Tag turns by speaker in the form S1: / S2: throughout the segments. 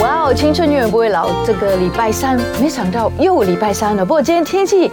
S1: 哇哦，青春永远不会老。这个礼拜三，没想到又礼拜三了。不过今天天气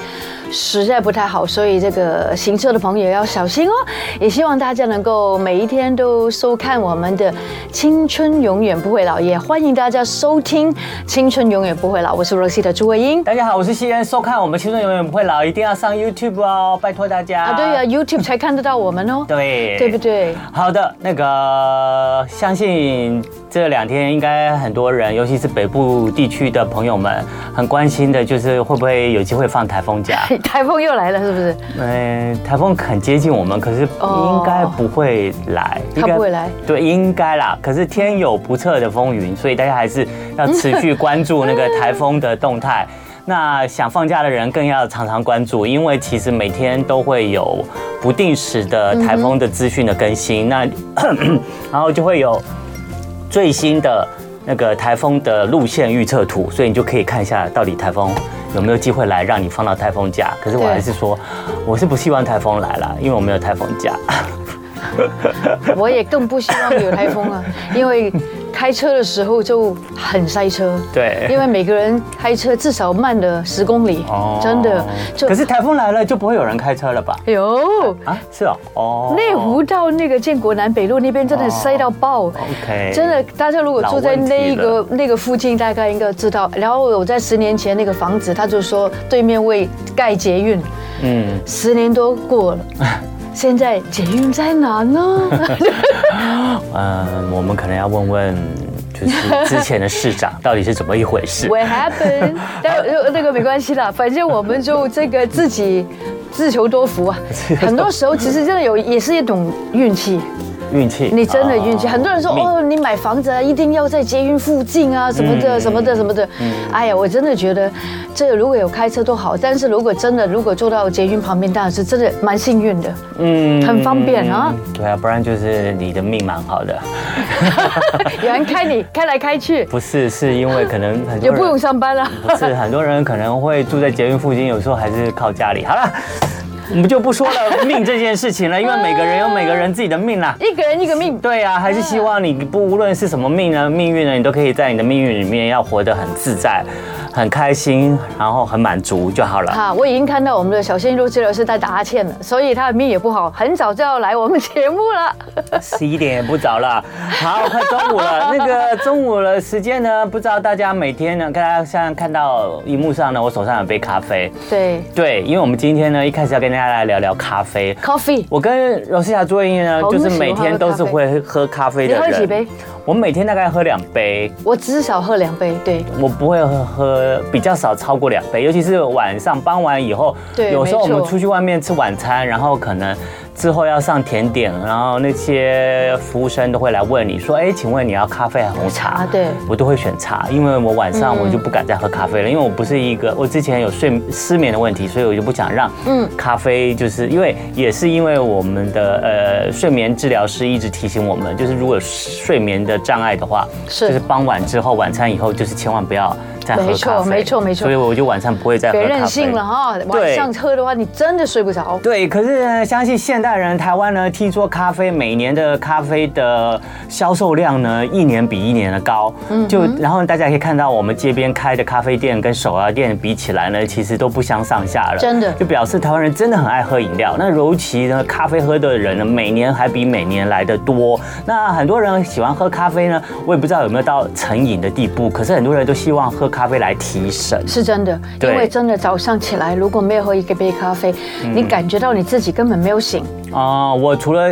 S1: 实在不太好，所以这个行车的朋友要小心哦。也希望大家能够每一天都收看我们的《青春永远不会老》，也欢迎大家收听《青春永远不会老》。我是 Rosie 的朱慧英。
S2: 大家好，我是西恩，收看我们《青春永远不会老》，一定要上 YouTube 哦，拜托大家。
S1: 啊，对 呀、，YouTube 才看得到我们哦。
S2: 对
S1: 对不对？
S2: 好的，那个相信这两天应该很多人，尤其是北部地区的朋友们，很关心的就是会不会有机会放台风假。
S1: 台风又来了，是不是？
S2: 嗯、台风很接近我们，可是
S1: 哦
S2: 应该不会来，
S1: 它
S2: 应该
S1: 不会来。
S2: 对，应该啦。可是天有不测的风云，所以大家还是要 持续关注那个台风的动态。那想放假的人更要常常关注，因为其实每天都会有不定时的
S1: 嗯
S2: 台风的资讯的更新。那然后就会有最新的那个台风的路线预测图，所以你就可以看一下到底台风有没有机会来让你放到台风假。可是我
S1: 对
S2: 还是说，我是不希望台风来啦，因为我没有台风假。
S1: 我也更不希望有台风啊，因为开车的时候就很塞车。
S2: 对
S1: 因为每个人开车至少慢了十公里，真的就
S2: 哦可是台风来了就不会有人开车了吧？
S1: 哎呦，
S2: 啊，是哦，哦，
S1: 内湖到那个建国南北路那边真的塞到爆。
S2: ，OK，
S1: 真的，大家如果住在那
S2: 哦哎老
S1: 个那个附近，大概应该知道。然后我在十年前那个房子，他就说对面为盖捷运，
S2: 嗯，
S1: 十年多过 了，现在捷运在哪呢？
S2: 嗯，我们可能要问问，就是之前的市长到底是怎么一回事？
S1: What happened？但呃那个没关系啦，反正我们就这个自己自求多福啊。很多时候其实真的有也是一种运气，
S2: 运气，
S1: 你真的运气。
S2: 哦
S1: 很多人说
S2: 命
S1: 哦，你买房子啊，一定要在捷运附近啊，什么的什么的什么的。哎呀，我真的觉得这如果有开车都好，但是如果真的如果坐到捷运旁边，当然是真的蛮幸运的。
S2: 嗯
S1: 很方便啊。
S2: 对啊，不然就是你的命蛮好的，
S1: 有人开你开来开 去，
S2: 不是，是因为可能很多人
S1: 也不用 上班了。
S2: 不是很多人可能会住在捷运附近，有时候还是靠家里。好了，我们就不说了命这件事情了，因为每个人有每个人自己的命啦。
S1: 一个人一个命，
S2: 对啊，还是希望你不无论是什么命呢，命运呢，你都可以在你的命运里面要活得很自在、很开心，然后很满足就好了。
S1: 哈，啊我已经看到我们的小鲜肉治疗师在打哈欠了，所以他的命也不好，很早就要来我们节目 了。
S2: 十一点也不早了，好，快中午了。那个中午的时间呢，不知道大家每天呢，大家现在看到荧幕上呢，我手上有杯咖啡。
S1: 对
S2: 对，因为我们今天呢，一开始要跟大家来聊聊咖啡。
S1: ，coffee，
S2: 我跟柔西亚作业呢，
S1: 我们
S2: 就是每天都是会喝咖啡的
S1: 你
S2: 人。
S1: 喝几杯？？
S2: 我每天大概喝两杯，
S1: 我至少喝两杯。对，
S2: 我不会喝喝比较少超过两杯，尤其是晚上傍晚以后，
S1: 对
S2: 有时
S1: 没
S2: 候我
S1: 错
S2: 们出去外面吃晚餐，然后可能之后要上甜点，然后那些服务生都会来问你说，哎，请问你要咖啡还是红茶
S1: 茶？啊对
S2: 我都会选茶，因为我晚
S1: 嗯
S2: 上我就不敢再喝咖啡了，因为我不是一个我之前有睡失眠的问题，所以我就不想让
S1: 嗯
S2: 咖啡就是因为也是因为我们的呃睡眠治疗师一直提醒我们，就是如果睡眠的障碍的话，
S1: 是
S2: 就是傍晚之后晚餐以后就是千万不要再喝
S1: 没错
S2: 咖啡，
S1: 没错没错
S2: 所以我就晚上不会再喝咖
S1: 别
S2: 啡。
S1: 任性了哈，晚
S2: 对
S1: 上喝的话，你真的睡不着。
S2: 对，可是呢，相信现代人台湾呢，听说咖啡每年的咖啡的销售量呢，一年比一年的高。
S1: 嗯
S2: 就然后大家可以看到，我们街边开的咖啡店跟手摇店比起来呢，其实都不相上下了。
S1: 真的
S2: 就表示台湾人真的很爱喝饮料。那尤其呢，咖啡喝的人呢，每年还比每年来的多。那很多人喜欢喝咖啡呢，我也不知道有没有到成瘾的地步，可是很多人都希望喝咖啡来提神。
S1: 是真的，因
S2: 对
S1: 为真的早上起来如果没有喝一个杯咖啡，
S2: 嗯
S1: 你感觉到你自己根本没有醒。
S2: 啊、我除了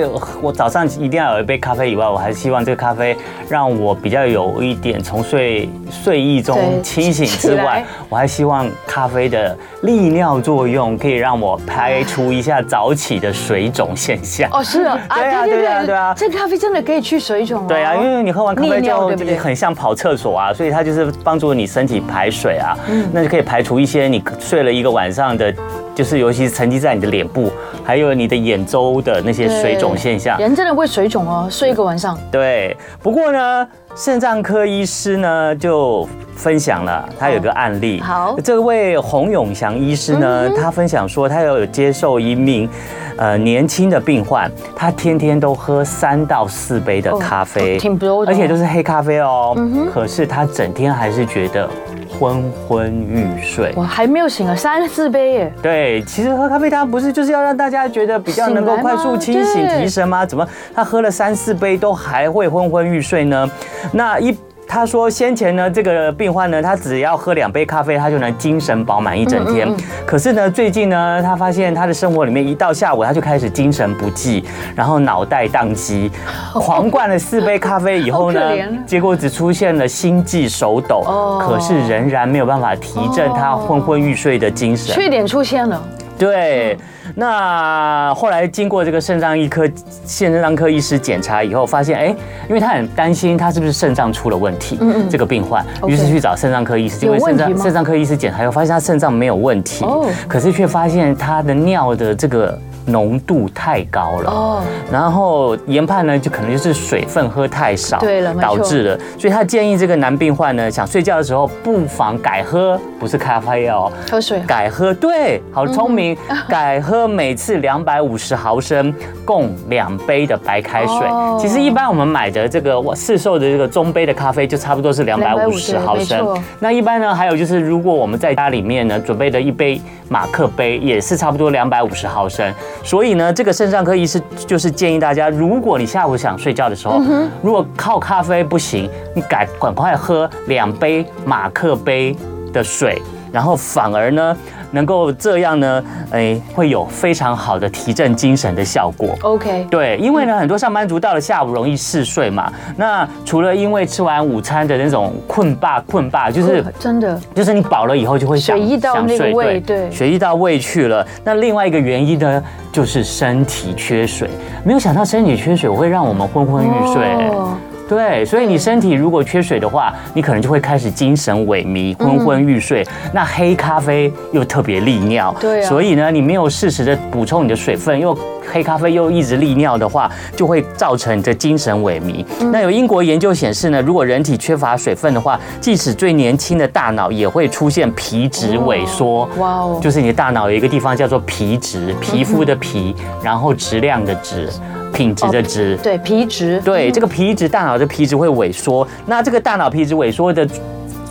S2: 我早上一定要有一杯咖啡以外，我还希望这个咖啡让我比较有一点从睡睡意
S1: 对
S2: 中清醒
S1: 起
S2: 之
S1: 来
S2: 外，我还希望咖啡的利尿作用可以让我排除一下早起的水肿现象。
S1: 哦，是 啊，
S2: 对啊对啊对啊
S1: 这咖啡真的可以去水肿哦。
S2: 对啊，因为你喝完咖
S1: 利
S2: 啡之
S1: 尿
S2: 后
S1: 对不对？
S2: 很像跑厕所啊，所以它就是帮助你身体排水啊，那就可以排除一些你睡了一个晚上的，就是尤其是沉积在你的脸部，还有你的眼周的那些水肿现象。
S1: 人真的会水肿哦，睡一个晚上。
S2: 对，不过呢，肾脏科医师呢就分享了他有个案例。
S1: 哦好嗯
S2: 这位洪永祥医师呢，他分享说他有接受一名呃年轻的病患，他天天都喝三到四杯的咖啡，
S1: 哦挺多的哦嗯
S2: 而且都是黑咖啡哦。可是他整天还是觉得昏昏欲睡。
S1: 我还没有醒啊，三十四杯耶，
S2: 对，其实喝咖啡它不是就是要让大家觉得比较能够
S1: 醒来吗
S2: 快速清醒
S1: 对
S2: 提神吗？怎么他喝了三四杯都还会昏昏欲睡呢？那一。他说：“先前呢，这个病患呢，他只要喝两杯咖啡，他就能精神饱满一整
S1: 嗯
S2: 天。可是呢，最近呢，他发现他的生活里面一到下午，他就开始精神不济，然后脑袋 宕机，狂灌了四杯咖啡以后呢
S1: 好可怜啊，
S2: 结果只出现了心悸、手抖，
S1: 哦
S2: 可是仍然没有办法提振他昏昏欲睡的精神。
S1: 缺点出现了，
S2: 对，
S1: 嗯
S2: 那后来经过这个肾脏医科、现肾脏科医师检查以后，发现哎，因为他很担心他是不是肾脏出了问题，这个病患，
S1: OK
S2: 于是去找肾脏科医师，
S1: 嗯有问
S2: 肾
S1: 题
S2: 脏
S1: 吗
S2: 肾脏科医师检查以后发现他肾脏没有问题
S1: 哦，
S2: 可是却发现他的尿的这个浓度太高了。
S1: 哦，
S2: 然后研判呢，就可能就是水分喝太少，
S1: 对了没错
S2: 导致了。所以他建议这个男病患呢，想睡觉的时候不妨改喝，不是咖啡哦，
S1: 喝水啊，
S2: 改喝，对，好聪明，改喝每次两百五十毫升，共两杯的白开水。
S1: 哦
S2: 其实一般我们买的这个哇市售的这个中杯的咖啡，就差不多是两百五十毫
S1: 没
S2: 升
S1: 错。
S2: 那一般呢，还有就是如果我们在家里面呢准备的一杯马克杯，也是差不多两百五十毫升。所以呢，这个肾脏科医师就是建议大家，如果你下午想睡觉的时候，如果靠咖啡不行，你赶赶快喝两杯马克杯的水。然后反而呢，能够这样呢，哎，会有非常好的提振精神的效果。
S1: OK，
S2: 对，因为
S1: 嗯
S2: 呢，很多上班族到了下午容易嗜睡嘛。那除了因为吃完午餐的那种困霸困霸，就是
S1: 哦真的
S2: 就是你饱了以后就会想
S1: 血溢到
S2: 想
S1: 那个
S2: 睡
S1: 胃对
S2: 血溢到胃去了。那另外一个原因呢，就是身体缺水。没有想到身体缺水会让我们昏昏欲睡、
S1: 哦
S2: 对，所以你身体如果缺水的话，你可能就会开始精神萎靡、
S1: 嗯
S2: 昏昏欲睡。那黑咖啡又特别利尿，
S1: 对啊
S2: 所以呢，你没有适时的补充你的水分，又黑咖啡又一直利尿的话，就会造成你的精神萎靡。
S1: 嗯
S2: 那有英国研究显示呢，如果人体缺乏水分的话，即使最年轻的大脑也会出现皮质萎缩。
S1: 哇哦嗯
S2: 就是你的大脑有一个地方叫做皮质，皮肤的皮，然后质量的质，品质
S1: 哦
S2: 的质。
S1: 对皮质，
S2: 对，这个皮质大脑的皮质会萎缩，那这个大脑皮质萎缩的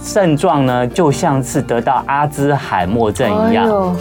S2: 症状呢，就像是得到阿兹海默症一
S1: 哎
S2: 样。
S1: 呦，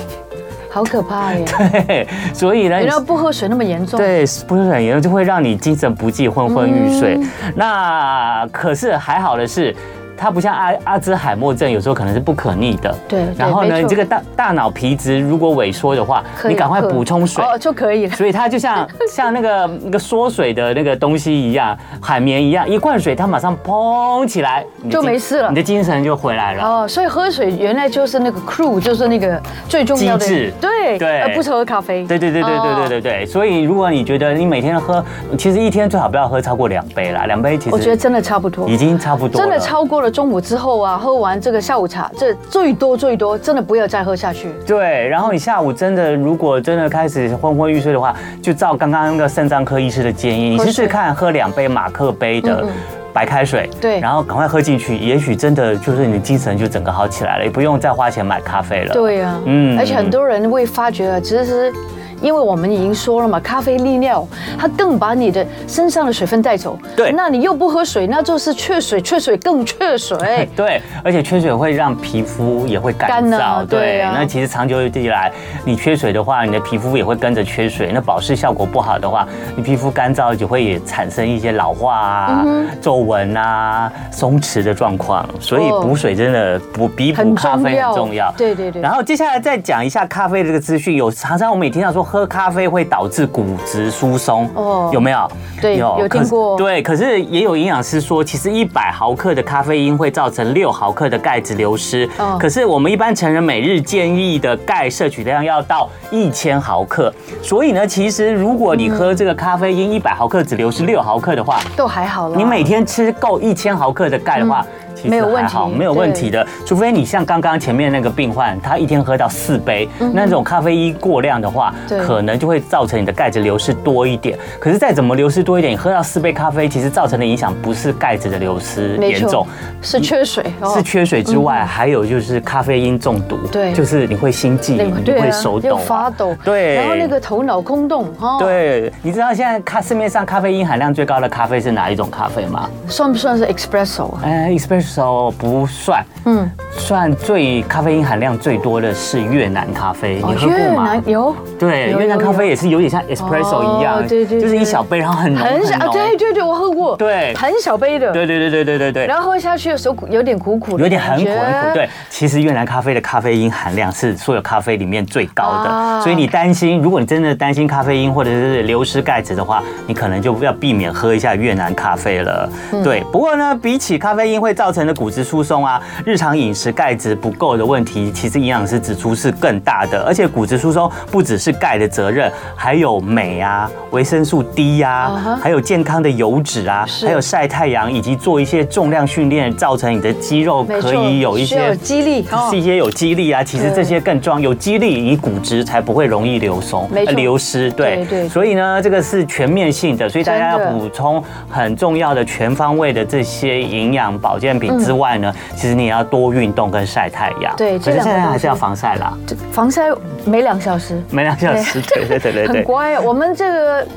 S1: 好可怕 耶！哎
S2: 嘿，所以呢，
S1: 原来不喝水那么严重，
S2: 对，不是很严重，就会让你精神不济、昏昏欲睡。
S1: 嗯
S2: 那可是还好的是。它不像阿阿兹海默症，有时候可能是不可逆的。
S1: 对对
S2: 然后呢，
S1: 没错
S2: 你这个大大脑皮质如果萎缩的话，
S1: 可以
S2: 你赶快
S1: 喝
S2: 补充水。
S1: 哦就可以了。
S2: 所以它 就像像那个那个缩水的那个东西一样，海绵一样，一灌水它马上砰起来，你的
S1: 就
S2: 精
S1: 没事了
S2: 你的精神就回来了。
S1: 哦，所以喝水原来就是那个 crew，就是那个最重要的
S2: 机制
S1: 对
S2: 对
S1: 而不是喝咖啡。
S2: 对对对对对对对对，所以如果你觉得你每天喝，其实一天最好不要喝超过两杯啦，两杯其
S1: 我觉得
S2: 实
S1: 真的差不多
S2: 已。经差不多了。
S1: 真的超过了中午之后啊，喝完这个下午茶，这最多最多，真的不要再喝下去。
S2: 对，然后你下午真的如果真的开始昏昏欲睡的话，就照刚刚那个肾脏科医师的建议，你
S1: 喝
S2: 试
S1: 水
S2: 试看喝两杯马克杯的
S1: 嗯嗯
S2: 白开水，
S1: 对
S2: 然后赶快喝进去，也许真的就是你的精神就整个好起来了，也不用再花钱买咖啡了。
S1: 对呀、啊，
S2: 嗯
S1: 嗯，而且很多人会发觉，其实因为我们已经说了嘛，咖啡利尿，它更把你的身上的水分带走。
S2: 对。
S1: 那你又不喝水，那就是缺水，缺水更缺水
S2: 对，而且缺水会让皮肤也会干
S1: 干
S2: 燥，
S1: 啊对啊
S2: 那其实长久以来，你缺水的话，你的皮肤也会跟着缺水。那保湿效果不好的话，你皮肤干燥就会也产生一些老化啊、
S1: 嗯
S2: 皱纹啊、松弛的状况。所以
S1: 哦
S2: 补水真的补比补
S1: 很
S2: 咖
S1: 重
S2: 啡很
S1: 要
S2: 重要。
S1: 对对对
S2: 然后接下来再讲一下咖啡的这个资讯。有常常我们也听到说喝咖啡会导致骨质疏松，哦
S1: 哦，
S2: 有没有？
S1: 对有听
S2: 可是
S1: 过
S2: 对，可是也有营养师说，其实一百毫克的咖啡因会造成六毫克的钙质流失。
S1: 哦
S2: 可是我们一般成人每日建议的钙摄取量要到一千毫克。所以呢，其实如果你喝这个咖啡因一百毫克只流失六毫克的话，
S1: 都还好了，
S2: 你每天吃够一千毫克的钙的话，其其
S1: 嗯没
S2: 实
S1: 有问
S2: 还
S1: 题
S2: 好，没有问
S1: 对
S2: 题的。除非你像刚刚前面那个病患，他一天喝到四杯，
S1: 嗯哼
S2: 那种咖啡因过量的话
S1: 对，
S2: 可能就会造成你的钙质流失多一点。可是再怎么流失多一点，你喝到四杯咖啡，其实造成的影响不是钙质的流失
S1: 没
S2: 严重
S1: 错，，是缺水哦，
S2: 是缺水之外，还有就是咖啡因中毒，
S1: 对
S2: 就是你会心悸，
S1: 对
S2: 你就
S1: 对
S2: 会
S1: 啊
S2: 手
S1: 又
S2: 抖
S1: 发
S2: 啊，
S1: 抖，
S2: 对
S1: 然后那个头脑空洞哦哈，，
S2: 对，你知道现在咖市面上咖啡因含量最高的咖啡是哪一种咖啡吗？
S1: 算不算是 espresso 啊？
S2: 哎，espresso 不算，
S1: 嗯，
S2: 算最咖啡因含量最多的是越南咖啡，
S1: 哦
S2: 你喝过吗？
S1: 有
S2: 对，
S1: 有
S2: 越南
S1: 有
S2: 咖
S1: 有哦
S2: 啡也是有点像 espresso 一样，
S1: 对对
S2: 就是
S1: 对
S2: 一小杯，然嗯后很浓
S1: 很小，
S2: 浓
S1: 啊对对对，我喝过，
S2: 对
S1: 很小杯的，
S2: 对对对对对对对。
S1: 然后喝下去的时候苦有点苦苦的，
S2: 有点很苦很苦，对。。其实越南咖啡的咖啡因含量是所有咖啡里面最高的，
S1: 啊
S2: 所以你担心，如果你真的担心咖啡因或者是流失钙质的话，你可能就要避免喝一下越南咖啡了。
S1: 嗯
S2: 对，不过呢，比起咖啡因会造成的骨质疏松啊，日常饮食钙质不够的问题，其实营养师指出是更大的。而且骨质疏松不只是钙的责任，还有镁啊、维生素 D 呀、
S1: 啊哈
S2: 还有健康的油脂啊，
S1: 是
S2: 还有晒太阳以及做一些重量训练，造成你的肌肉
S1: 没错
S2: 可以有一
S1: 需要
S2: 些
S1: 激励哦
S2: 是一些有肌力啊。其实
S1: 对
S2: 这些更重要，有肌力，你骨质才不会容易流松、呃
S1: 没错
S2: 流失。对
S1: 对对
S2: 所以呢，这个是全面性的，所以大家
S1: 真的
S2: 要补充很重要的全方位的这些营养保健品之外呢，其实你也要多运动跟晒太阳。
S1: 嗯对
S2: 可
S1: 这
S2: 是
S1: 两个
S2: 晒太阳还是要
S1: 东西
S2: 防晒啦，
S1: 这防晒每两小时，
S2: 每两小时。对对对 对
S1: 很
S2: 对。
S1: 乖。我们这个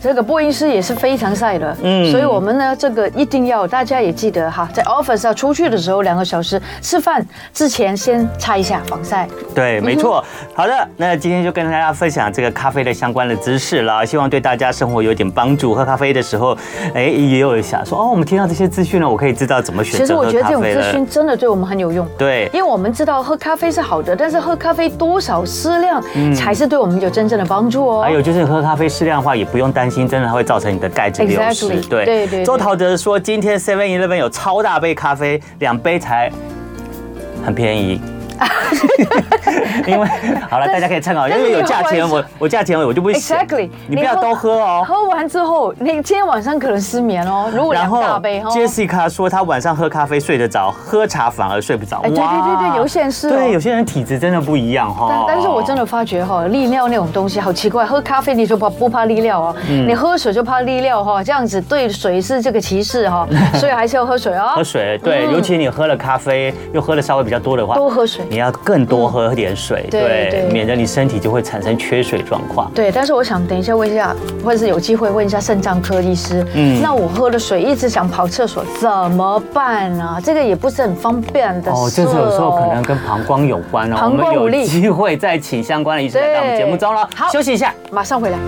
S1: 这个播音师也是非常晒的，嗯，
S2: 嗯
S1: 所以我们呢这个一定要大家也记得哈，在 office 要出去的时候两个小时，吃饭之前先擦一下防晒。
S2: 对，没
S1: 嗯
S2: 错。好的，那今天就跟大家分享这个咖啡的相关的知识啦，希望对大家生活有点帮助。喝咖啡的时候，哎，也有想说哦，我们听到这些资讯呢，我可以知道怎么选
S1: 其实
S2: 择
S1: 我
S2: 喝
S1: 觉得
S2: 咖
S1: 这种
S2: 啡
S1: 资
S2: 了
S1: 讯。真的对我们很有用。
S2: 对
S1: 因为我们知道喝咖啡是好的，但是喝咖啡多少适量才是对我们有真正的帮助哦。
S2: 嗯还有就是喝咖啡适量的话，也不用担心，真的它会造成你的钙质流失。
S1: Exactly，对对对
S2: 周陶哲说，今天 Seven Eleven 有超大杯咖啡，两杯才很 便宜。因为好了，大家可以参考，因
S1: 但是
S2: 为有
S1: 你
S2: 价
S1: 喝完
S2: 钱，
S1: 是
S2: 我我价钱我就不行。
S1: Exactly，
S2: 你不要
S1: 你喝
S2: 都喝哦。
S1: 喝完之后，你今天晚上可能失眠哦。如果
S2: 然
S1: 两
S2: 后
S1: 大杯哦，
S2: Jessica 说，她晚上喝咖啡睡得着，喝茶反而睡不着。
S1: 哎对对
S2: 哇
S1: 对对有些人是哦
S2: 对，有些人体质真的不一样哈
S1: 但。但是我真的发觉哈、利尿那种东西好奇怪，喝咖啡你就不不怕利尿哦，
S2: 嗯
S1: 你喝水就怕利尿哈、这样子对水是这个歧视哈、 所以还是要喝水哦。
S2: 嗯喝水，对，
S1: 嗯
S2: 尤其你喝了咖啡，又喝了稍微比较多的话，
S1: 多喝水
S2: 你要更多喝点水，
S1: 对对
S2: 免得你身体就会产生缺水状况。
S1: 对，但是我想等一下问一下，或者是有机会问一下肾脏科医师，嗯，
S2: 嗯
S1: 那我喝了水一直想跑厕所怎么办啊？这个也不是很方便的事
S2: 哦，就是有时候可能跟膀胱有关哦，
S1: 啊膀胱
S2: 我
S1: 无
S2: 们
S1: 力
S2: 有机会再请相关的医生来到我们节目中了
S1: 对好，
S2: 休息一下。
S1: 马上回来。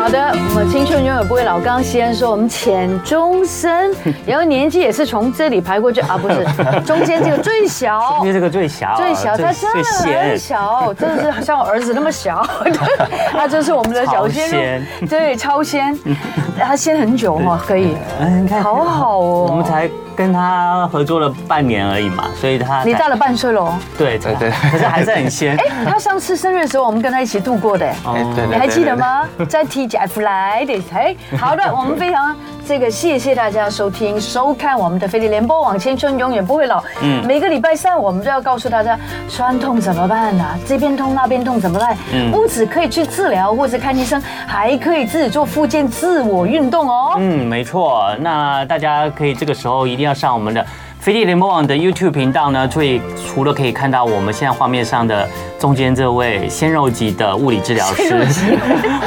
S1: 好的，我们青春永远不会老。刚刚西安说我们浅中生， 然后年纪也是从这里排过去啊，不是中间这个最小
S2: 因。为这个哦最小，
S1: 最小，他真
S2: 最
S1: 的很
S2: 咸，
S1: 小，真的是像我儿子那么小， 他就是我们的小鲜
S2: 超
S1: 肉，
S2: 鲜
S1: 对，超鲜，他鲜很久哈，可以，
S2: 嗯，你看
S1: 好哎好哦
S2: 我们才跟他合作了半年而已嘛，所以他
S1: 你
S2: 才
S1: 大了半岁了哦。
S2: 对对
S3: 对
S2: 可是还是很鲜。
S1: 哎，他上次生日的时候，我们跟他一起度过的，
S2: 哦
S3: 哎对对
S1: 你还记得？吗？在 TGF 来的，哎， 好的，我们非常这个谢谢大家收听收看我们的飞碟联播网，青春永远不会老。嗯，每个礼拜三我们都要告诉大家酸痛怎么办啊，这边痛那边痛怎么办？
S3: 嗯
S1: 不止可以去治疗或者看医生，还可以自己做复健、自我运动哦。
S2: 嗯，没错。那大家可以这个时候一定要上我们的飞碟联播网的 YouTube 频道呢，所以除了可以看到我们现在画面上的中间这位鲜肉级的物理治疗
S1: 鲜肉
S2: 师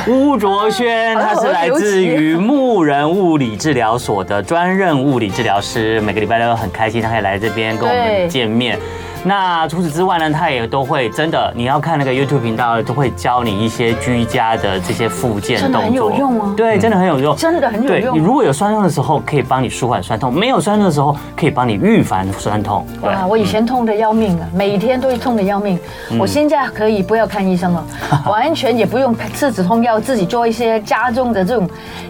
S2: 巫卓轩，
S1: 好
S2: 他是来自于牧人物理治疗所的专任物理治疗师，每个礼拜都很开心，他可以来这边跟我
S1: 对
S2: 们见面。那除此之外呢，他也都会真的，你要看那个 YouTube 频道，都会教你一些居家的这些附件
S1: 真
S2: 动
S1: 的
S2: 作，
S1: 很有用哦
S3: 嗯
S2: 对，真的很有用，
S1: 真的很有
S2: 对
S1: 用
S2: 你如果有酸痛的时候，可以帮你舒缓酸痛；没有酸痛的时候，可以帮你预防酸痛。对，嗯
S1: 哇，我以前痛得要命啊，每天都痛得要命。我现在可以不要看医 生了，完全也不用吃止痛药，自己做一些家中的这种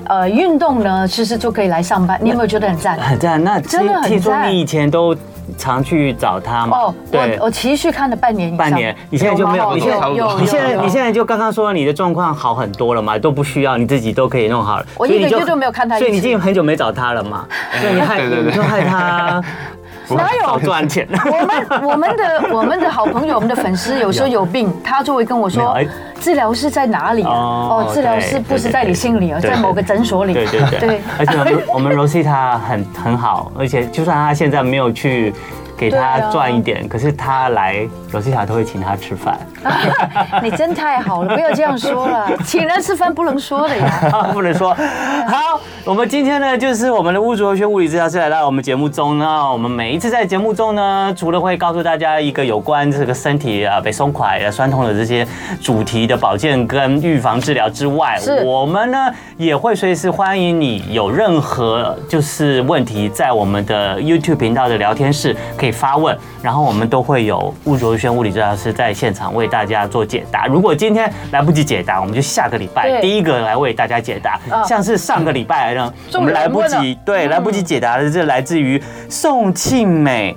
S1: 呃 运动呢，其实就可以来上班。你有没有觉得很赞？
S2: 啊很赞。那
S1: 真的很
S2: 听说
S1: 赞
S2: 你以前都常去找他嘛。
S1: 哦，我我持续看了半年以上，
S2: 半年你现在就没有
S3: 你现在
S2: 你现在你现在就刚刚说你的状况好很多了嘛，都不需要你自己都可以弄好了。
S1: 我一
S2: 所以
S1: 个
S2: 你就
S1: 月都没有看他一次
S2: 所以你已经很久没找他了 嘛，所以你害
S3: 对对对
S2: 你就害他
S1: 哪有
S2: 少赚钱。
S1: 我们我们的我们的好朋友，我们的粉丝 有时候有病，他就会跟我
S2: 没有
S1: 说
S2: 哎，
S1: 治疗师在哪里啊？
S2: 哦
S1: 哦，治疗师
S2: 对
S1: 不是在
S2: 对
S1: 你心里啊，
S2: 对
S1: 在某个诊所里。
S2: 对对对，
S1: 对
S2: 啊而且我们我们 Rosita 很很好，而且就算他现在没有去给
S1: 对
S2: 他
S1: 啊
S2: 赚一点，可是他来 Rosita 都会请他吃饭，
S1: 你真太好了，不要这样说 了，请人吃饭不能说的呀。
S2: 不能说好。我们今天呢，就是我们的巫族和学物理治疗师来到我们节目中那我们每一次在节目中呢，除了会告诉大家一个有关这个身体啊被松垮、啊酸痛的这些主题的保健跟预防治疗之外
S1: 是，
S2: 我们呢也会随时欢迎你有任何就是问题，在我们的 YouTube 频道的聊天室可以发问，然后我们都会有巫卓轩物理治疗师在现场为大家做解答。如果今天来不及解答，我们就下个礼拜
S1: 对
S2: 第一个来为大家解答
S1: 嗯。
S2: 像是上个礼拜呢，我
S1: 众
S2: 们
S1: 人
S2: 来不
S1: 问
S2: 及
S1: 了
S2: 对来不及解答的，这来自于宋庆美。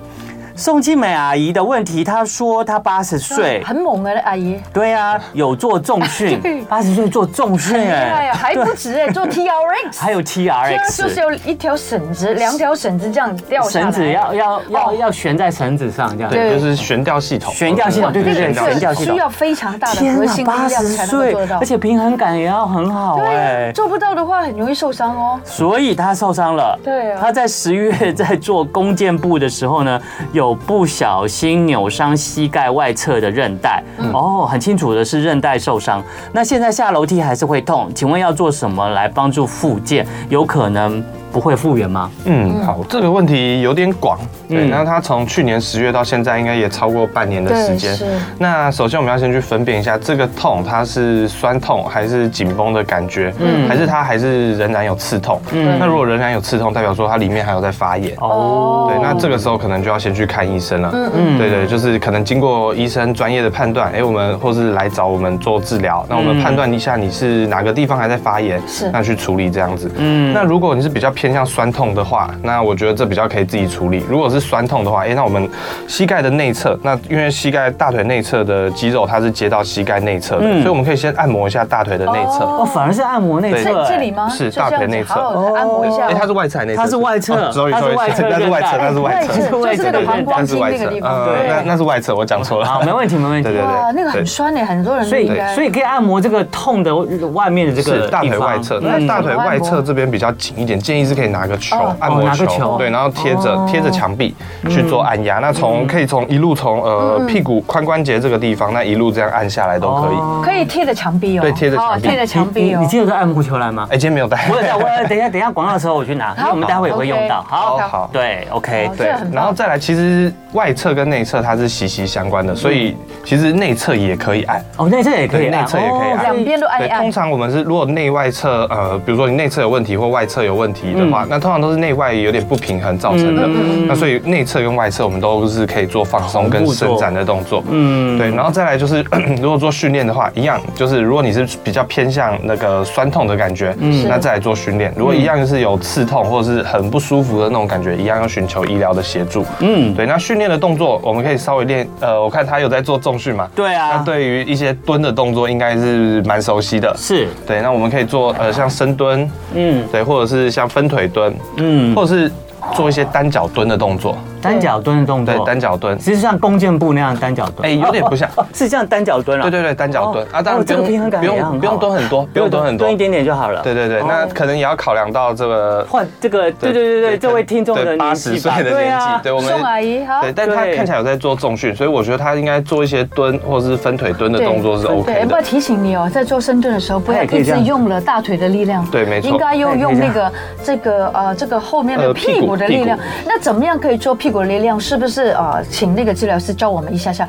S2: 宋庆美阿姨的问题，她说她八十岁，
S1: 很猛啊，那阿姨，
S2: 对啊，有做重 训
S1: 对，
S2: 八十岁做重训
S1: 哎
S2: 哎
S1: 呀，，还不 止哎，做 T R X，
S2: 还有 T R
S1: 这样就
S2: X
S1: 是。有一条绳子，两条绳子这样掉下来。
S2: 绳子要要要
S1: 哦
S2: 要悬在绳子上这样。
S1: 对
S3: 对，就是悬吊系统，哦
S2: 悬吊系统对对对
S3: 悬吊
S2: 悬
S3: 系
S2: 吊
S3: 统
S2: 系
S1: 需要非常大的核心力
S2: 八
S1: 量
S2: 十
S1: 才能够
S2: 岁
S1: 做得，到
S2: 而。且平衡感也要很好哎、
S1: 对，啊做不到的话很容易受伤哦。
S2: 所以他受伤了。
S1: 对啊
S2: 他在十月在做弓箭步的时候呢，有不小心扭伤膝盖外侧的韧带。
S1: 嗯
S2: 哦，很清楚的是韧带受伤。那现在下楼梯还是会痛，请问要做什么来帮助复健？有可能不会复原吗？
S3: 嗯，好，这个问题有点广，对，
S2: 嗯
S3: 那它从去年十月到现在，应该也超过半年的时间
S1: 是。
S3: 那首先我们要先去分辨一下，这个痛它是酸痛还是紧绷的感觉，嗯，还是它还是仍然有刺痛，嗯，那如果仍然有刺痛，代表说它里面还有在发炎。
S2: 哦，
S3: 对，那这个时候可能就要先去看医生了。嗯嗯，对对，就是可能经过医生专业的判断，哎、我们或是来找我们做治疗，那我们判断一下你是哪个地方还在发炎，
S1: 是
S3: 那去处理这样子。嗯，那如果你是比较偏向酸痛的话，那我觉得这比较可以自己处理。如果是酸痛的话，哎、那我们膝盖的内侧，那因为膝盖大腿内侧的肌肉它是接到膝盖内侧的，所以我们可以先按摩一下大腿的内侧。
S2: 哦，反而是按摩内
S3: 对
S2: 侧、
S1: 这
S2: 哎
S1: 这里吗？
S3: 是
S1: 就这样
S3: 大腿内侧
S1: 子好好地按摩一下。
S3: 哎、它是外侧还是内侧，
S2: 它是外侧
S3: 哦，sorry，
S2: 它是
S3: sorry，
S2: 外侧
S3: 那是外侧，
S2: 韧带
S3: 那是外
S1: 对
S3: 侧，
S1: 就是就是那个膀胱经那个地方。
S3: 呃那那是外侧，我讲错了。
S2: 好，没问题，没问题。
S3: 对对
S1: 哇，那个很酸的，很多人
S2: 所
S1: 应
S2: 以
S1: 该。
S2: 所以可以按摩这个痛的外面的这个
S3: 是大
S2: 地
S3: 腿
S2: 方
S3: 外侧，那大腿外侧这边比较紧一点，建议是可以拿个球
S1: 嗯
S3: 嗯
S1: 哦，
S3: 按摩
S2: 拿个球
S3: 对，然后贴
S2: 哦
S3: 着贴着墙壁去做按压。那从可以从一路从呃
S1: 嗯
S3: 屁股髋关节这个地方，那一路这样按下来都可以。
S1: 可以贴着墙壁哦。
S3: 对贴着墙壁
S1: 哦贴着墙壁
S2: 你
S1: 哦
S2: 你。记得这按摩球来吗？
S3: 哎，今天没有带
S2: 我。有带，我有等一下等一下广告的时候我去拿，因为我们待会也会用到。
S3: 好
S2: 好，
S3: 好，
S2: 对，OK，
S1: 好
S3: 对
S1: 这很，棒
S3: 然后再来，其实外侧跟内侧它是息息相关的，所以其实内侧也可以按。
S2: 哦，内侧也可以
S3: 对
S2: 按，
S3: 内侧也可以按
S2: 哦
S3: 啊
S2: 所
S1: 两边都按一
S3: 对，哎
S1: 按
S3: 通。常我们是如果内外侧，呃，比如说你内侧有问题或外侧有问题的话，那通常都是内外有点不平衡造成的。那所以内侧跟外侧我们都是可以做放松跟伸展的动作。嗯，对。然后再来就是， 如果做训练的话，一样就是如果你是比较偏向那个酸痛的感觉，那再来做训练。如果一样就是有刺痛或者是很不舒服的那种感觉，一样要寻求医疗的协助。
S2: 嗯，
S3: 对，那训练的动作我们可以稍微练，呃，我看他有在做重训嘛，
S2: 对啊
S3: 那对于一些蹲的动作应该是蛮熟悉的，
S2: 是，
S3: 对，那我们可以做呃像深蹲，
S2: 嗯
S3: 对，或者是像分腿蹲，
S2: 嗯，
S3: 或者是做一些单脚蹲的动作，
S2: 单脚蹲的动作，
S3: 对，单脚蹲，
S2: 其实像弓箭步那样单脚蹲，
S3: 哎有点不像
S2: 哦， 是像单脚蹲啊，
S3: 对对对，单脚蹲
S2: 哦哦这个平衡感
S3: 不
S2: 也很好
S3: 用不用蹲很多，不用蹲很多
S2: 蹲一，点点就好了。
S3: 对对对，
S2: 哦
S3: 那可能也要考量到这个
S2: 换这个，对对对对，这位听众的
S3: 八
S2: 年
S3: 十
S2: 纪
S3: 岁
S2: 吧，
S3: 的
S2: 对
S3: 年纪
S2: 啊，，
S3: 对我们
S1: 宋阿姨好
S3: 对，但他
S2: 对
S3: 看起来有在做重训，所以我觉得他应该做一些蹲或是分腿蹲的
S1: 对
S3: 动作是
S1: 对，
S3: OK
S1: 不要
S3: 的。
S1: 提醒你哦，在做深蹲的时候，不
S2: 哎
S1: 要
S2: 可以
S1: 一
S2: 这
S1: 直
S2: 样
S1: 用了大腿的力量。
S3: 对没错
S1: 应该
S2: 哎
S1: 用
S2: 可以
S1: 用
S2: 这
S1: 那
S2: 样
S1: 个这个呃这个后面
S3: 呃
S1: 的
S3: 屁
S1: 屁
S3: 股
S1: 股的力量
S3: 屁。
S1: 那怎么样可以做屁股的力量？是不是呃请那个治疗师教我们一下下？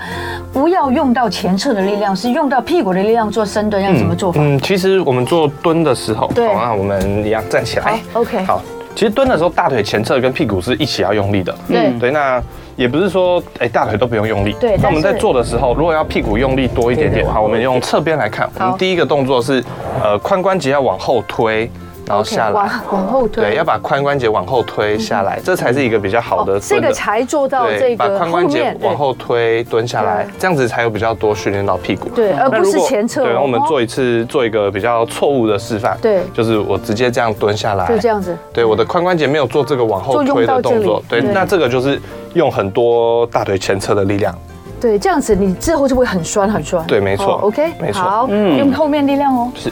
S1: 不要用到前侧的力量，是用到屁股的力量做深蹲，要怎么做法？
S3: 嗯，其实我们做蹲的时候，
S1: 对
S3: 好，那我们一样站起来。
S1: 好，OK
S3: 好，其实蹲的时候，大腿前侧跟屁股是一起要用力的。嗯
S1: 对
S3: 对，那也不是说，哎，大腿都不用用力。
S1: 对
S3: 那我们
S1: 但
S3: 在
S1: 是
S3: 做的时候，如果要屁股用力多一点点，好，我们用侧边来看，我
S1: 好
S3: 们第一个动作是，呃，髋关节要往后推。然后下
S1: OK，
S3: 来
S1: 往。往后推，
S3: 对，要把髋关节往后推下来，这才是一个比较好的
S1: 哦
S3: 蹲
S1: 这
S3: 的。
S1: 个才做到这
S3: 对，把
S1: 个
S3: 髋
S1: 后
S3: 关节
S1: 面
S3: 往后推，蹲下来
S1: 对，
S3: 这样子才有比较多训练到屁股。
S1: 对，对而
S3: 那
S1: 不
S3: 如
S1: 是
S3: 果
S1: 前侧哦。
S3: 对，我们做一次做一个比较错误的示范。
S1: 对
S3: 就是我直接这样蹲下来，
S1: 就这样子，
S3: 对，我的髋关节没有做这个往后
S1: 就用
S3: 推
S1: 到
S3: 的
S1: 这里
S3: 动作，对，
S1: 对
S3: 那这个就是用很多大腿前侧的力量，
S1: 对，这样子你之后就会很酸很酸。
S3: 对没错
S1: 哦 OK，
S3: 没错
S1: 好，
S2: 嗯
S1: 用后面力量哦。
S3: 是。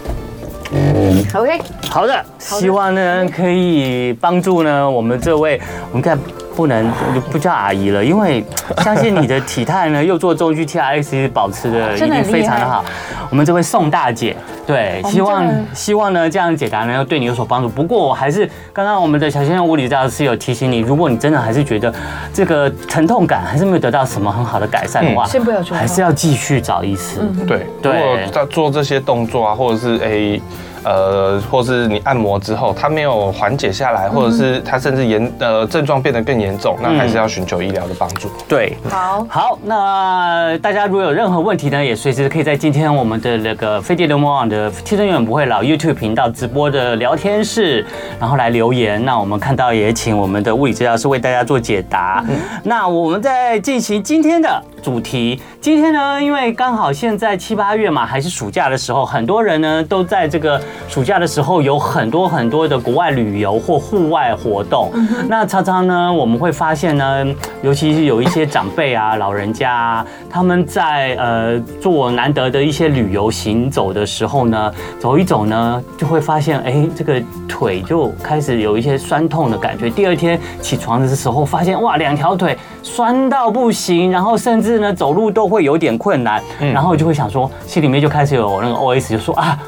S3: 嗯
S1: OK，
S2: 好的，希望呢可以帮助呢我们这位，我们看不能就不叫阿姨了，因为相信你的体态呢，又做重 GTRX 保持的一
S1: 啊真的
S2: 定
S1: 很厉害哦
S2: 非常的好。我们这位宋大姐，对，
S1: 我们
S2: 希望
S1: 这位
S2: 希望呢这样的解答呢对你有所帮助。不过我还是刚刚我们的小先生物理治疗师有提醒你，如果你真的还是觉得这个疼痛感还是没有得到什么很好的改善的话，
S1: 嗯先不要嗯去
S2: 还是要继续找医师。
S3: 对，
S2: 对
S3: 如果在做这些动作啊，或者是诶、呃，或是你按摩之后，它没有缓解下来，
S1: 嗯
S3: 或者是它甚至严呃症状变得更严重，那还是要寻求医疗的帮助。
S2: 对，
S1: 好，
S2: 好，那大家如果有任何问题呢，也随时可以在今天我们的那个飞碟流魔网的“青春永远不会老 ”YouTube 频道直播的聊天室，然后来留言。那我们看到也请我们的物理治疗师为大家做解答。那我们在进行今天的主题。今天呢，因为刚好现在七八月嘛，还是暑假的时候，很多人呢都在这个暑假的时候有很多很多的国外旅游或户外活动。那常常呢，我们会发现呢，尤其是有一些长辈啊、老人家、啊，他们在呃做难得的一些旅游行走的时候呢，走一走呢，就会发现哎，这个腿就开始有一些酸痛的感觉。第二天起床的时候，发现哇，两条腿酸到不行，然后甚至呢走路都会有点困难，然后就会想说，心里面就开始有那个 OS 就说啊。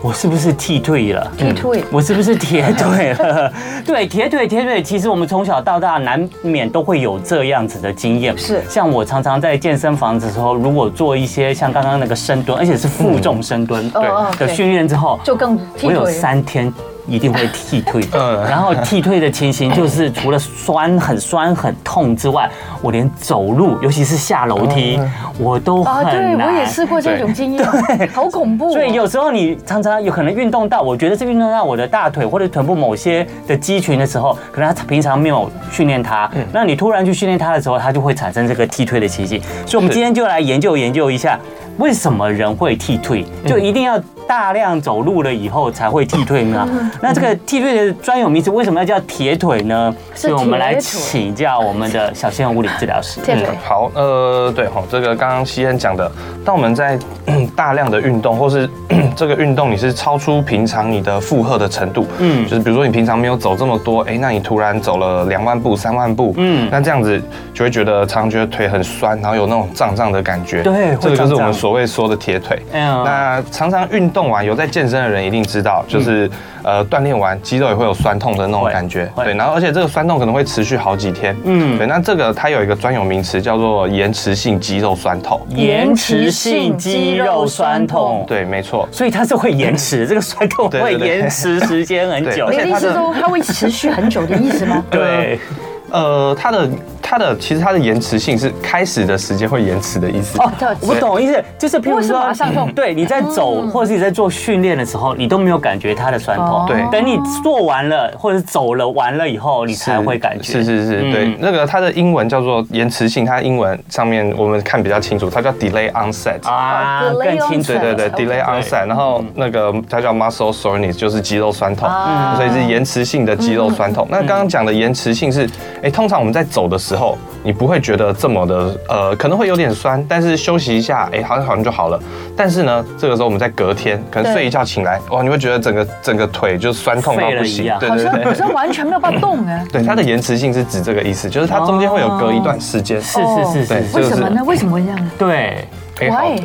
S2: 我是不是剃退了？
S1: 劈腿。
S2: 我是不是铁腿了？对，铁腿，铁腿。其实我们从小到大难免都会有这样子的经验。
S1: 是
S2: 像我常常在健身房的时候，如果做一些像刚刚那个深蹲，而且是负重深蹲
S1: 哦哦
S2: 的
S1: 对
S2: 训练之后，
S1: 就更踢
S2: 我有
S1: 腿。
S2: 三天一定会剃退的。
S3: 嗯
S2: 然后剃退的情形就是，除了酸很酸很痛之外，我连走路，尤其是下楼梯，我都
S1: 啊，
S2: 很
S1: 对
S2: 难。
S1: 我也试过这种经验，好恐怖哦。
S2: 所以有时候你常常有可能运动到，我觉得是运动到我的大腿或者臀部某些的肌群的时候，可能他平常没有训练它，
S1: 嗯
S2: 那你突然去训练它的时候，它就会产生这个踢腿的情形。所以我们
S1: 嗯
S3: 是
S2: 今天就来研究研究一下，为什么人会踢腿，
S1: 嗯
S2: 就一定要大量走路了以后才会踢腿呢？
S1: 嗯
S2: 那这个踢腿的专有名词为什么要叫铁腿呢？
S1: 是
S2: 所以我们来
S1: 铁腿
S2: 请教我们的小仙物理治疗师。
S1: 这个
S3: 嗯，好，呃，对吼，这个刚刚西恩讲的，当我们在 大量的运动，或是 这个运动你是超出平常你的负荷的程度，
S2: 嗯
S3: 嗯，就是比如说你平常没有走这么多，哎，那你突然走了两万步、三万步，
S2: 嗯
S3: 嗯，那这样子就会觉得常觉得腿很酸，然后有那种胀胀的感觉，
S2: 对
S3: 这个
S2: 会
S3: 就是我
S2: 胀胀
S3: 们所谓说的铁腿。
S2: 嗯
S3: 那常常运动完有在健身的人一定知道，就是呃锻炼完肌肉也会有酸痛的那种
S2: 会
S3: 感觉，
S2: 会
S3: 对，然后而且这个酸痛可能会持续好几天，
S2: 嗯
S3: 嗯，对，那这个它有一个专有名词叫做延迟性肌肉酸痛。
S2: 延迟性肌肉酸痛。
S3: 对，没错。
S2: 所以它是会延迟，这个酸痛
S3: 对
S2: 会
S3: 对对
S2: 延迟时间很久
S3: 对而
S1: 你。的
S3: 且
S1: 意
S3: 它
S1: 思
S3: 的
S1: 说它会持续很久的意思吗？
S2: 对，
S3: 呃，它的它的其实它的延迟性是开始的时间会延迟的意思。
S2: 哦
S1: 对，
S2: 我懂意思，就是譬如
S1: 不是
S2: 说，
S1: 马上痛
S2: 对，你在走
S3: 嗯
S2: 或者是你在做训练的时候，你都没有感觉它的酸痛，
S1: 哦
S3: 对
S2: 等你做完了或者走了完了以后，你
S3: 是
S2: 才会感觉。
S3: 是是是，
S2: 嗯
S3: 对，那个它的英文叫做延迟性，它英文上面我们看比较清楚，它叫 delay onset。
S2: 啊，
S1: 哦
S2: 更清楚
S3: 对
S2: 了。
S3: 对
S1: OK
S3: 对，delay onset，然后那个它叫 muscle soreness，就是肌肉酸痛，
S2: 嗯
S1: 啊
S3: 所以是延迟性的肌肉酸痛。那刚刚讲的延迟性是，哎，通常我们在走的时候，你不会觉得这么的，呃，可能会有点酸，但是休息一下，哎，好像好像就好了。但是呢，这个时候我们在隔天，可能
S1: 对
S3: 睡一觉醒来，哇，你会觉得整个整个腿就酸痛到
S2: 废了
S3: 不
S2: 一
S3: 行
S2: 样，
S3: 对
S1: 好
S3: 对
S1: 像好
S3: 对。
S1: 像完全没有办法动 哎。
S3: 对，它的延迟性是指这个意思，就是它中间会有隔一段时间。
S2: 是是是
S3: 哦对
S2: 是
S3: 这
S1: 为
S2: 是，
S3: 个是
S1: 什么呢？为什么会这样呢
S2: 对，
S3: 哎好
S1: ？Why？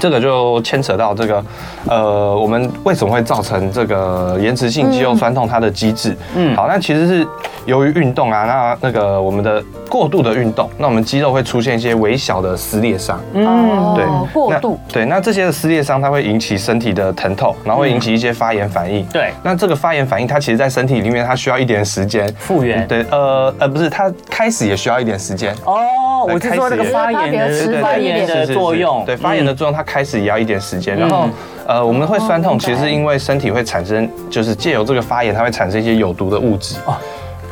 S3: 这个就牵扯到这个，呃，我们为什么会造成这个延迟性肌肉酸痛它的机制？
S2: 嗯
S3: 嗯，好，那其实是由于运动啊，那那个我们的过度的运动，那我们肌肉会出现一些微小的撕裂伤。
S2: 嗯，
S3: 对
S1: 哦，过
S3: 那
S1: 度。
S3: 对，那这些的撕裂伤它会引起身体的疼痛，然后会引起一些发炎反应。
S2: 对
S3: 那这个发炎反应它其实在身体里面它需要一点时间
S2: 复原
S3: 对，呃呃，不是，它开始也需要一点时间。
S2: 哦，哦，我是说那个发炎
S1: 就是
S2: 的
S1: 怕
S2: 发
S1: 别人
S2: 炎
S1: 吃
S2: 的作用，嗯
S3: 对发炎的作用，它开始也要一点时间。然后，呃，我们会酸痛，其实是因为身体会产生，就是借由这个发炎，它会产生一些有毒的物质。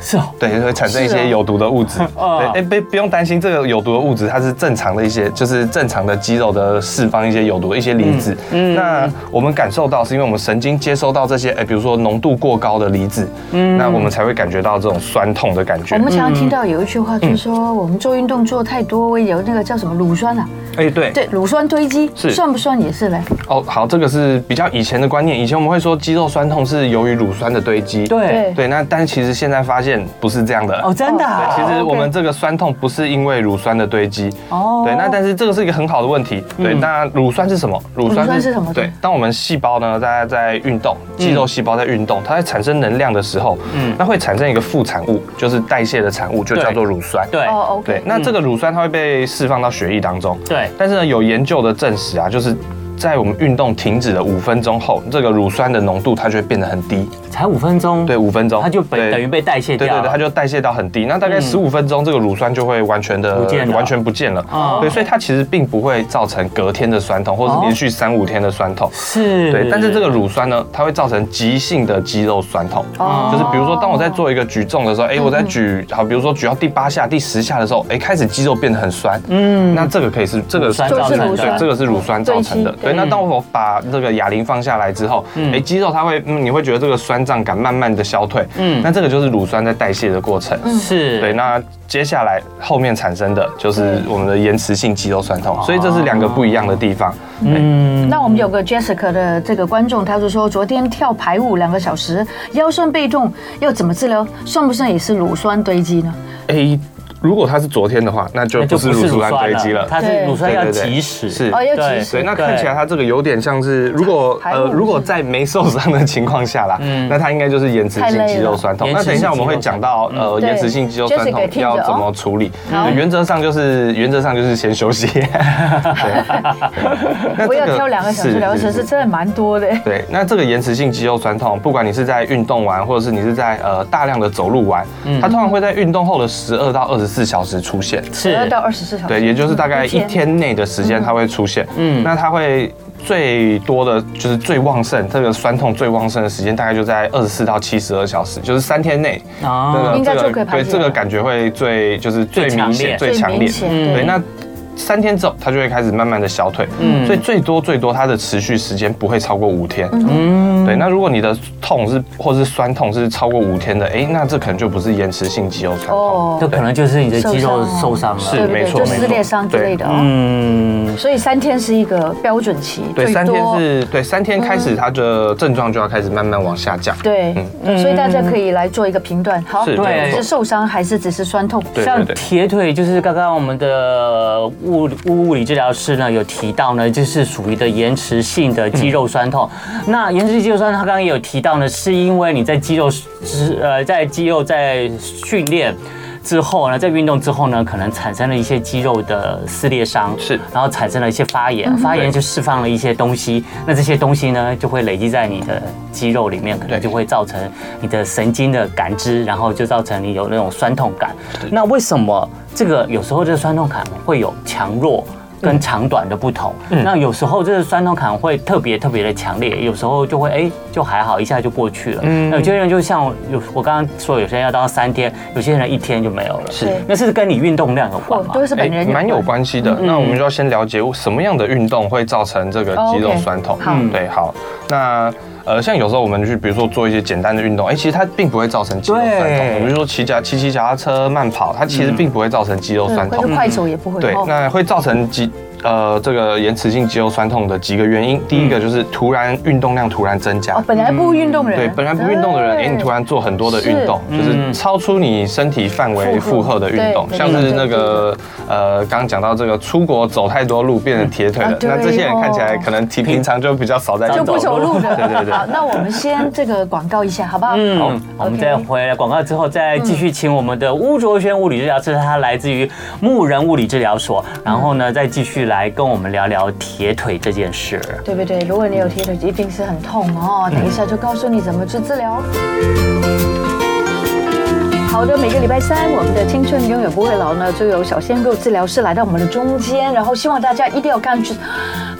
S2: 是哦，
S3: 对，会产生一
S1: 是哦
S3: 些有毒的物质。
S2: 哦
S3: 对，哎，不不用担心，这个有毒的物质它是正常的一些，就是正常的肌肉的释放一些有毒的一些离子。
S2: 嗯嗯
S3: 那我们感受到是因为我们神经接收到这些，哎，比如说浓度过高的离子，
S2: 嗯
S3: 那我们才会感觉到这种酸痛的感觉
S1: 我。们常常听到有一句话，就是
S3: 嗯
S1: 说我们做运动做太多，会有那个叫什么乳酸啊？
S3: 哎，对，
S1: 对，乳酸堆积，
S3: 是
S1: 算不算也是嘞？
S3: 哦，好，这个是比较以前的观念，以前我们会说肌肉酸痛是由于乳酸的堆积。
S2: 对，
S3: 对，那但其实现在发现不是这样的。
S2: 哦，真的啊，
S3: 对，其实我
S1: OK
S3: 们这个酸痛不是因为乳酸的堆积，
S2: 哦
S3: 对，那但是这个是一个很好的问题。对，那乳酸是什么？乳
S1: 乳酸是什么
S3: 对，当我们细胞呢，大家在运动，肌肉细胞在运动，它在产生能量的时候，
S2: 嗯
S3: 嗯，那会产生一个副产物，就是代谢的产物，就
S2: 对
S3: 叫做乳酸。
S2: 对
S1: 哦
S3: 对
S1: ，OK，，
S3: 那这个乳酸它会被释放到血液当中。
S2: 对
S3: 但是呢，有研究的证实啊，就是在我们运动停止了五分钟后，这个乳酸的浓度它就会变得很低。
S2: 才五分钟，
S3: 对，，五分钟，
S2: 它就被
S3: 哦对
S2: 等于被代谢
S3: 对
S2: 掉了，嗯
S3: 对对，它就代谢到很低，那大概十五分钟，这个乳酸就会完全的
S2: 不见了
S3: 完全不见了。
S2: 哦
S3: 对，所以它其实并不会造成隔天的酸痛，或是连续三五天的酸痛。
S2: 是，
S3: 对，但是这个乳酸呢，它会造成急性的肌肉酸痛，
S1: 哦
S3: 就是比如说当我在做一个举重的时候，
S2: 嗯
S3: 哎，我在举好，比如说举到第八下、第十下的时候，哎，开始肌肉变得很酸，
S2: 嗯，
S3: 那这个可以是这个
S2: 乳酸造成的
S3: 对，这个是乳酸造成的。
S1: 对
S3: 对，那当我把这个哑铃放下来之后，哎，肌肉它会，嗯你会觉得这个酸胀感慢慢的消退，
S2: 嗯
S3: 嗯，那这个就是乳酸在代谢的过程。
S1: 嗯
S2: 是，
S3: 对，那接下来后面产生的就是我们的延迟性肌肉酸痛，所以这是两个不一样的地方。
S2: 嗯，
S1: 那我们有个 Jessica 的这个观众，他就说昨天跳排舞两个小时，腰酸背痛，要怎么治疗？算不算也是乳酸堆积呢？
S3: 哎，如果它是昨天的话，那就
S2: 那
S3: 不是乳酸堆积了。
S2: 它是
S1: 对
S2: 乳酸
S3: 对
S2: 要
S3: 对对
S2: 及时，
S3: 是
S1: 哦，要及
S2: 对
S1: 时
S3: 对，。那看起来它这个有点像是，如果
S1: 排
S3: 呃
S1: 骨，
S3: 如果在没受伤的情况下啦，
S2: 嗯
S3: 那它应该就是延迟性肌肉酸痛
S2: 太累。了
S3: 那等一下我们会讲到呃
S1: 嗯对
S3: 延迟性肌肉酸
S1: Jessica
S3: 痛
S1: 听着哦
S3: 要怎么处理。呃
S1: 好
S3: 对原则上就是原则上就是先 休息。对那
S1: 不要
S3: 这个
S1: 跳两个小时，
S3: 是
S1: 两个小
S3: 是
S1: 时
S3: 是
S1: 真的蛮多的。
S3: 对，那这个延迟性肌肉酸痛，不管你是在运动完，或者是你是在呃大量的走路完，
S1: 嗯
S3: 它通常会在运动后的十二到二十四小时出现。
S1: 十二
S2: 是
S1: 到二十四小时，
S3: 对，也就是大概
S1: 嗯
S3: 一天内的时间它会出现。
S2: 嗯
S3: 嗯，那它会最多的就是最旺盛，这个酸痛最旺盛的时间大概就在二十四到七十二小时，就是三天内。
S2: 啊
S3: 这个
S1: 应该就
S3: 这
S1: 可以
S3: 个
S1: 排
S3: 对
S1: 解
S3: 这
S1: 了
S3: 个感觉会最就是最
S2: 最
S3: 明
S2: 强烈
S3: 显、最
S1: 最
S3: 强
S1: 明
S3: 烈。
S1: 显
S2: 嗯
S3: 对，那三天之后它就会开始慢慢的消退。
S2: 嗯
S3: 嗯，所以最多最多它的持续时间不会超过五天。
S2: 嗯
S3: 对，那如果你的痛是或是酸痛是超过五天的，哎，那这可能就不是延迟性肌肉酸痛。
S1: 哦
S2: 这，可能就是你的肌肉
S1: 受
S2: 受伤了，
S3: 是
S1: 对不对？
S3: 没错
S1: 就
S3: 没错
S1: 撕裂伤之类的哦。
S2: 嗯，
S1: 所以三天是一个标准期，
S3: 对，
S1: 最
S3: 三天
S1: 多嗯
S3: 是对三天开始，它的症状就要开始慢慢往下降。
S1: 对，所以大家可以来做一个评断，好，
S3: 嗯是
S2: 对
S1: 你是受伤还是只是酸痛？
S3: 对
S2: 像
S3: 对对
S2: 铁腿，就是刚刚我们的物物物理治疗师呢有提到呢，就是属于的延迟性的肌肉酸痛。那延迟性肌肉酸痛，他刚刚也有提到呢，是因为你在肌肉之呃在肌肉在训练。之后呢，在运动之后呢，可能产生了一些肌肉的撕裂伤，
S3: 是
S2: 然后产生了一些发
S3: 嗯
S2: 炎，发炎就释放了一些东西，那这些东西呢，就会累积在你的肌肉里面，可能
S3: 对
S2: 就会造成你的神经的感知，然后就造成你有那种酸痛感。那为什么这个有时候这个酸痛感会有强弱？跟长短的不同，
S3: 嗯
S2: 那有时候这个酸痛感会特别特别的强烈，有时候就会哎、就还好，一下就过去了。
S3: 嗯
S2: 那有些人就像有我刚刚说，有些人要到三天，有些人一天就没有了。
S3: 是
S1: 对
S2: 那是跟你运动量有关
S1: 我
S2: 吗？
S1: 哦都是本人嗯
S3: 哎蛮有关系的。那我们就要先了解什么样的运动会造成这个肌肉酸痛。
S1: 哦，OK，
S3: 嗯
S1: 好
S3: 对，好，那。呃，像有时候我们去，比如说做一些简单的运动，哎、其实它并不会造成肌肉酸
S2: 对
S3: 痛。比如说骑脚骑骑脚踏车、慢跑，它其实并不会造成肌肉
S1: 对
S3: 酸
S1: 或
S3: 痛
S1: 者。快走也嗯不会。
S3: 对
S1: 哦，
S3: 那会造成肌呃这个延迟性肌肉酸痛的几个原因，第一个就是突然运动量突然增加
S1: 嗯哦，。本来不运动的人，
S3: 嗯对，本来不运动的人，哎，你突然做很多的运动，
S2: 是
S3: 就是超出你身体范围负荷的运动
S1: 负荷，对
S3: 像是那个呃，刚刚讲到这个出国走太多路变成铁腿
S1: 啊
S3: 了，
S1: 对
S3: 那这些人看起来
S1: 哦
S3: 可能平平常就比较少在
S1: 就
S3: 运
S1: 不
S3: 动。
S1: 走路的。
S3: 对 对对
S1: 好，那我们先这个广告一下，好不好？
S2: 嗯，
S3: 好
S2: 我们
S1: OK 嗯
S2: 再回来广告之后，再继续请我们的巫卓轩物理治疗师，他来自于牧人物理治疗所，
S1: 嗯
S2: 然后呢，再继续来跟我们聊聊铁腿这件事。
S1: 对不对？如果你有铁腿，一定是很痛哦。等一下就告诉你怎么去治疗哦。好的，每个礼拜三，我们的青春永远不会老呢，就有小鲜肉治疗师来到我们的中间，然后希望大家一定要看去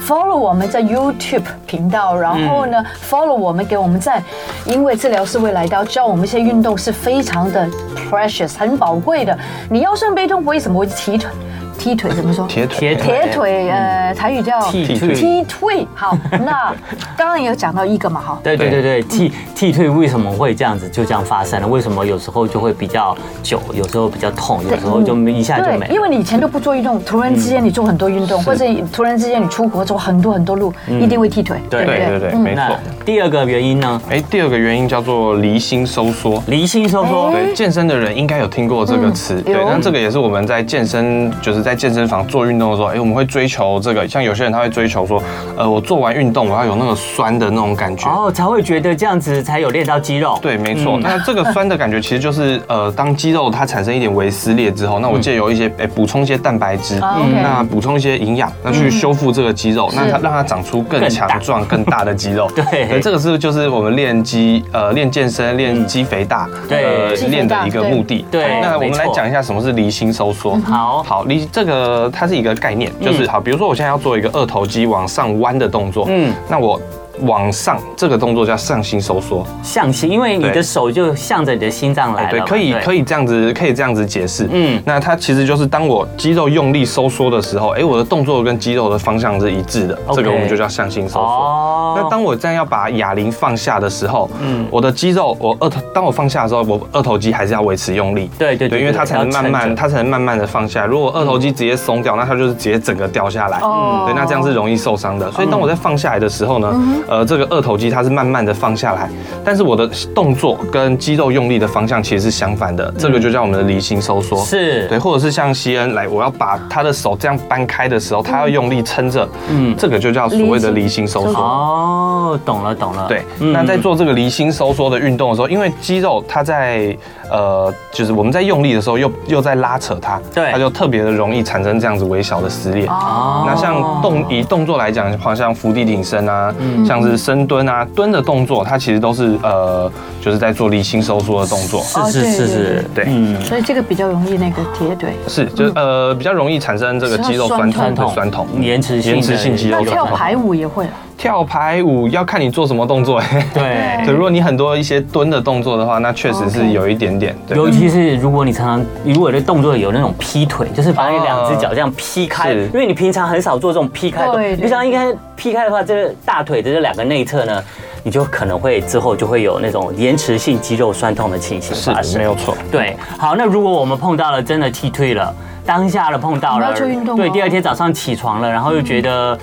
S1: follow 我们在 YouTube 频道，然后呢、follow 我们给我们赞，因为治疗师会来到教我们一些运动是非常的 precious 很宝贵的。你腰酸背痛为什么会踢腿？踢腿怎么说？
S3: 铁腿
S2: 铁腿
S1: 铁腿，
S2: 嗯
S1: 呃，台语叫
S2: 剃
S3: 剃
S2: 退。
S1: 踢退。好， 那刚刚有讲到一个嘛，哈，
S2: 对对对对，剃剃退为什么会这样子就这样发生了？为什么有时候就会比较久，有时候比较痛，有时候就一下就没
S1: 对，因
S2: 了？
S1: 为你以前都不做运动，突然之间你做很多运动，或者突然之间你出国走很多很多路，一定会踢腿，
S2: 嗯对
S1: 不
S3: 对对对，没
S2: 那
S3: 错。
S2: 第二个原因呢？
S3: 哎，第二个原因叫做离心收缩。
S2: 离心收
S1: 哎
S2: 缩。
S3: 对，健身的人应该有听过这个词。对，
S1: 嗯有
S3: 那这个也是我们在健身，就是在健身房做运动的时候，哎、我们会追求这个。像有些人他会追求说，呃，我做完运动我要有那个酸的那种感觉。
S2: 哦，才会觉得这样子才有练到肌肉。
S3: 对，没错。那这个酸的感觉其实就是，呃，当肌肉它产生一点微撕裂之后，
S2: 嗯
S3: 那我借由一些，哎，补充一些蛋白质，
S1: 啊，OK
S3: 那补充一些营养，那去修复这个肌肉，那它让它长出更
S2: 嗯更
S3: 强
S2: 大
S3: 壮、更大的肌肉。
S2: 对嗯
S3: 这个是就是我们练肌，呃，练健身、练肌肥大，
S2: 对
S3: 呃
S1: 肌肥大
S3: 练的一个目的。
S2: 对
S3: 那我
S2: 没
S3: 们
S2: 错嗯
S3: 来讲一下什么是离心收缩。
S2: 好
S3: 好，离这个它是一个概念，就是好，比如说我现在要做一个二头肌往上弯的动作，
S2: 嗯
S3: 嗯，那我往上这个动作叫上心收缩。
S2: 向心，因为你的
S3: 对
S2: 手就向着你的心脏来了
S3: 哎对，
S2: 嘛。
S3: 可以可
S2: 以。
S3: 以这样子，可以这样子解释。
S2: 嗯
S3: 嗯，那它其实就是当我肌肉用力收缩的时候，哎，我的动作跟肌肉的方向是一致的，
S2: OK
S3: 这个我们就叫向心收缩。
S2: 哦
S3: 那当我这样要把哑铃放下的时候，嗯，我的肌肉，我二头，当我放下的时候，我二头肌还是要维持用力。
S2: 对对对
S3: 对，因为它
S2: 对
S3: 才能
S2: 要撑
S3: 慢慢，
S2: 着
S3: 它才能慢慢的放下。如果二头肌直接松掉，那它就是直接整个掉下来。
S1: 哦
S3: 对，那这样是容易受伤的。所以当我在放下来的时候呢，呃，这个二头肌它是慢慢的放下来，但是我的动作跟肌肉用力的方向其实是相反的，这个就叫我们的离心收缩。。
S2: 嗯是
S3: 对，或者是像西恩来，我要把他的手这样搬开的时候，他要用力撑着，嗯，这个就叫所谓的
S1: 离
S3: 离心收
S1: 心收
S3: 缩
S1: 缩。
S2: 哦，懂了懂了。
S3: 对，
S2: 嗯
S3: 那在做这个离心收缩的运动的时候，因为肌肉它在呃，就是我们在用力的时候又又在拉扯它，
S2: 对
S3: 它就特别的容易产生这样子微小的撕裂。
S2: 哦
S3: 那像动以动作来讲，好像伏地挺身啊，
S2: 嗯
S3: 像是深蹲啊，蹲的动作，它其实都是呃，就是在做离心收缩的动作。
S1: 哦
S2: 是是
S1: 对
S2: 是
S1: 对
S2: 是，
S3: 对
S2: 嗯，
S1: 所以这个比较容易那个铁腿。
S3: 是，就是呃比较容易产生这个肌肉酸痛、对酸痛、
S2: 嗯延迟性的
S3: 延迟性肌
S1: 那
S3: 肉酸
S1: 跳
S3: 痛。
S1: 排舞也会啊，
S3: 跳排舞要看你做什么动作、欸，
S2: 对。 哦
S3: 对，如果你很多一些蹲的动作的话，那确实是有一点点。对
S2: 尤其是如果你常常，如果你的动作有那种劈腿，就是把你
S3: 哦
S2: 两只脚这样劈开，
S3: 嗯是
S2: 因为你平常很少做这种劈开的动作。
S1: 对对
S2: 你想应该劈开的话，这个大腿的这两个内侧呢，你就可能会之后就会有那种延迟性肌肉酸痛的情形发
S3: 是
S2: 生。
S3: 没有错。
S2: 对，好，那如果我们碰到了真的踢退了。当下了碰到
S1: 我们
S2: 了
S1: 要做运动，哦
S2: 对，第二天早上起床了，然后又觉得
S3: 嗯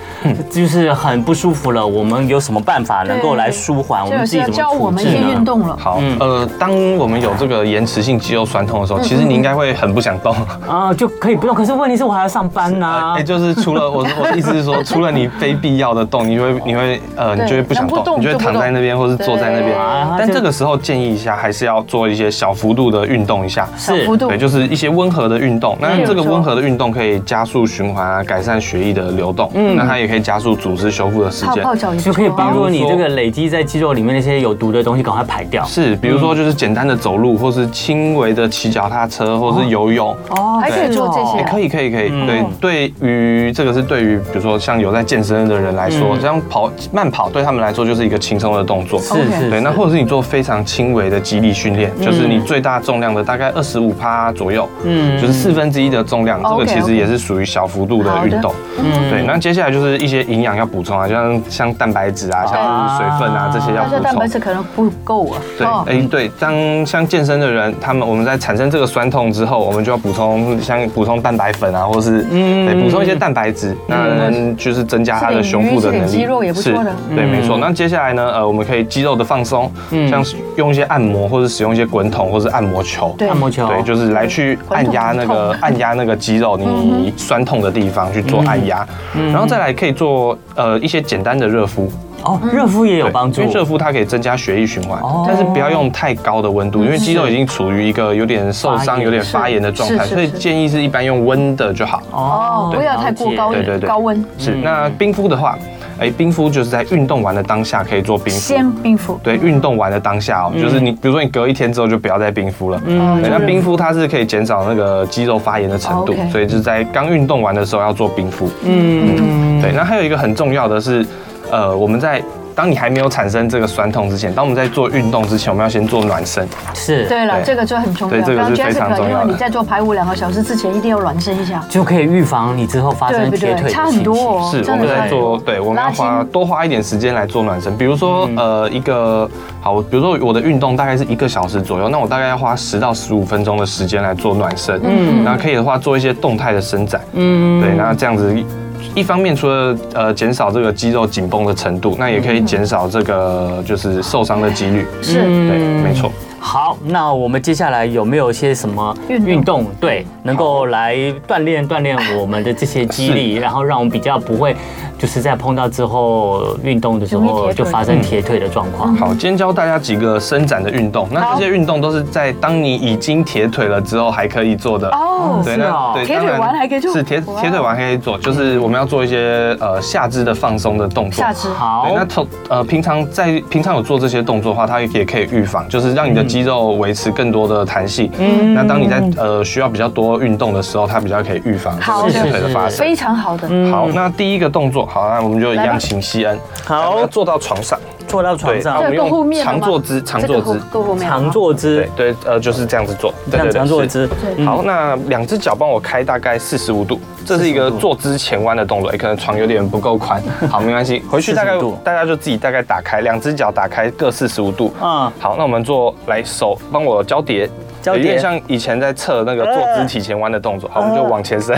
S2: 就是很不舒服了，我们有什么办法能够来舒缓？啊
S1: 所
S2: 我
S1: 以
S2: 们
S1: 有
S2: 自
S1: 时候
S2: 己怎么啊
S1: 教我
S2: 处
S1: 们
S2: 置
S1: 一些
S2: 呢
S1: 运？动了。
S3: 好，呃，当我们有这个延迟性肌肉酸痛的
S1: 嗯
S3: 时候，其实你应该会很不想 动。
S2: 啊，就可以不用。可是问题是我还要上班呐、
S1: 啊
S3: 哎、就是除了我我的意思 是说，除了你非必要的动，你会你会呃，
S1: 对
S3: 你就会不想
S1: 能不动
S3: 动，你就
S1: 就
S3: 会
S1: 不
S3: 躺在
S1: 动
S3: 那边或是坐在那边
S1: 对。
S2: 啊
S3: 但
S2: 就
S3: 这个时候建议一下，还是要做一些小幅度的运动一下。
S1: 小
S2: 是
S1: 幅度
S3: 对，，就是一些温和的运动。
S1: 嗯
S3: 那这个温和的运动可以加速循环啊，改善血液的流动。嗯，那它也可以加速组织修复的时
S1: 泡
S3: 间。
S1: 泡脚也不
S2: 就可以帮
S1: 错
S2: 助
S1: 啊
S2: 你这个累积在肌肉里面那些有毒的东西赶快排掉。
S3: 是，比如说就是简单的走路，或是轻微的骑脚踏车，或是游泳。
S2: 哦
S1: 还可以做这些
S3: 也可以，可以，可以。对，对于这个是对于比如说像有在健身的人来说，这样跑慢跑对他们来说就是一个轻松的动作。
S2: 是是
S1: OK
S2: 是，
S3: 对，那或者是你做非常轻微的肌力训练，就是你最大重量的大概二十五趴左右，
S2: 嗯
S3: 嗯，就是四分之一的重量，这
S1: OK，
S3: 个其实也是属于小幅度的运动。
S2: 嗯
S3: 对，那接下来就是一些营养要补充啊，像像蛋白质啊，像水分啊这些要
S1: 但
S3: 补
S1: 是蛋白
S3: 充。
S1: 质可能不够啊。
S3: 对，
S1: 哦
S3: 哎，对，当像健身的人，他们我们在产生这个酸痛之后，我们就要补充像补充蛋白粉啊，或是
S1: 嗯
S3: 对补充一些蛋白质，那就是增加它的修复的能力。
S1: 吃点鱼吃点鸡肉也不错的嗯
S3: 是对，没错。那接下来呢，呃，我们可以肌肉的放松，像是用一些按摩，或者使用一些滚筒，或是按摩球。
S1: 对嗯
S2: 按摩球，
S3: 对，就是来去按压那
S1: 滚筒嗯
S3: 个按压那个肌肉，你酸痛的地方去做按压，然后再来可以做呃一些简单的热敷，
S2: 哦，
S4: 嗯
S2: 热敷也有
S3: 对
S2: 帮助
S3: 因为。热敷它可以增加血液循环
S2: 哦，嗯
S3: 但是不要用太高的温度，因为肌肉已经处于一个有点受
S2: 发
S3: 伤、
S2: 炎
S3: 有点发炎的状态，
S1: 是是
S3: 所以
S1: 是
S3: 建议
S2: 嗯
S3: 是一般用温的就好。
S1: 哦，不要太过高
S2: 了解
S3: 对对对
S1: 高温。
S3: 是，那冰敷的话。哎，冰敷就是在运动完的当下可以做冰敷。
S4: 先冰敷，
S3: 对，运动完的当下哦，就是你，比如说你隔一天之后就不要再冰敷了。
S2: 嗯
S1: 哦
S3: 对
S2: 哎
S1: 就是
S3: 那冰敷它是可以减少那个肌肉发炎的程度
S1: OK，
S3: 所以就是在刚运动完的时候要做冰敷。嗯，对。那还有一个很重要的是，呃，我们在当你还没有产生这个酸痛之前，当我们在做运动之前，我们要先做暖身。
S2: 是，
S4: 对了，
S3: 对
S4: 这个就很重要。
S3: 对这个是非常
S4: Jessica，
S3: 重要的
S4: 因为你在做排舞两个小时之前，一定要暖身一下，
S2: 就可以预防你之后发
S4: 对
S2: 生
S4: 不
S2: 铁
S4: 对？
S2: 腿的
S4: 差
S2: 情
S4: 很多
S2: 形
S4: 哦，
S3: 是，我
S4: 真
S3: 们
S4: 的差
S3: 在
S4: 很多
S3: 做，对，我们要
S4: 拉筋
S3: 花多花一点时间来做暖身。比如说，呃，一个好，比如说我的运动大概是一个小时左右，那我大概要花十到十五分钟的时间来做暖身。嗯，那可以的话做一些动态的伸展。嗯，对，那这样子。一方面，除了呃减少这个肌肉紧绷的程度，那也
S4: 嗯
S3: 可以减少这个就是受伤的几率。
S4: 是
S3: 对，没错。
S2: 好，那我们接下来有没有一些什么
S4: 运动
S2: 运动？对，能够来锻炼锻炼我们的这些肌力，然后让我们比较不会，就是在碰到之后运动的时
S4: 容易
S2: 候
S4: 铁腿嗯
S2: 就发
S3: 嗯
S2: 生铁腿的状况。
S3: 好，今天教大家几个伸展的运动。那这些运动都是在当你已经铁腿了之后还可以做的。
S4: 哦，
S3: 嗯对，
S2: 是哦
S3: 那对，
S4: 铁
S3: 当
S4: 腿
S3: 然
S4: 丸还可以做
S3: 是铁
S4: 哇
S3: 铁腿丸还可以做，就是我们要做一些呃下肢的放松的动作。
S4: 下肢
S2: 好
S3: 对，，那从呃平常在平常有做这些动作的话，它也可以预防，就是让你的肌肉维持更多的弹性。嗯，那当你在呃需要比较多运动的时候，它比较可以预防这
S4: 好
S3: 个铁腿的发生。
S4: 非常好的，
S2: 嗯
S3: 好，那第一个动作，好，那我们就一样请西恩，
S2: 好
S3: 那坐到床上，
S2: 坐到床
S3: 对，那
S2: 上
S3: 我，们
S1: 这个啊够后
S3: 用
S1: 面了吗
S3: 长坐姿，长
S1: 这
S3: 坐
S1: 个够
S3: 姿，
S1: 够后面了吗
S2: 长坐姿
S3: 对，对，呃，就是这样子做，
S2: 这
S3: 对
S2: 样
S3: 对对
S2: 长坐
S3: 是
S2: 姿。
S4: 对
S2: 嗯
S3: 好，那两只脚帮我开大概四十五度，这是一个坐姿前弯的动作。哎、可能床有点不够宽，好，没关系，回去大概
S2: 45度
S3: 大家就自己大概打开，两只脚打开各四十五度。
S2: 嗯
S3: 嗯，好，那我们做来手帮我交叠。
S2: 交叠
S3: 有点像以前在测那个坐姿体前弯的动作，好，我们就往前伸，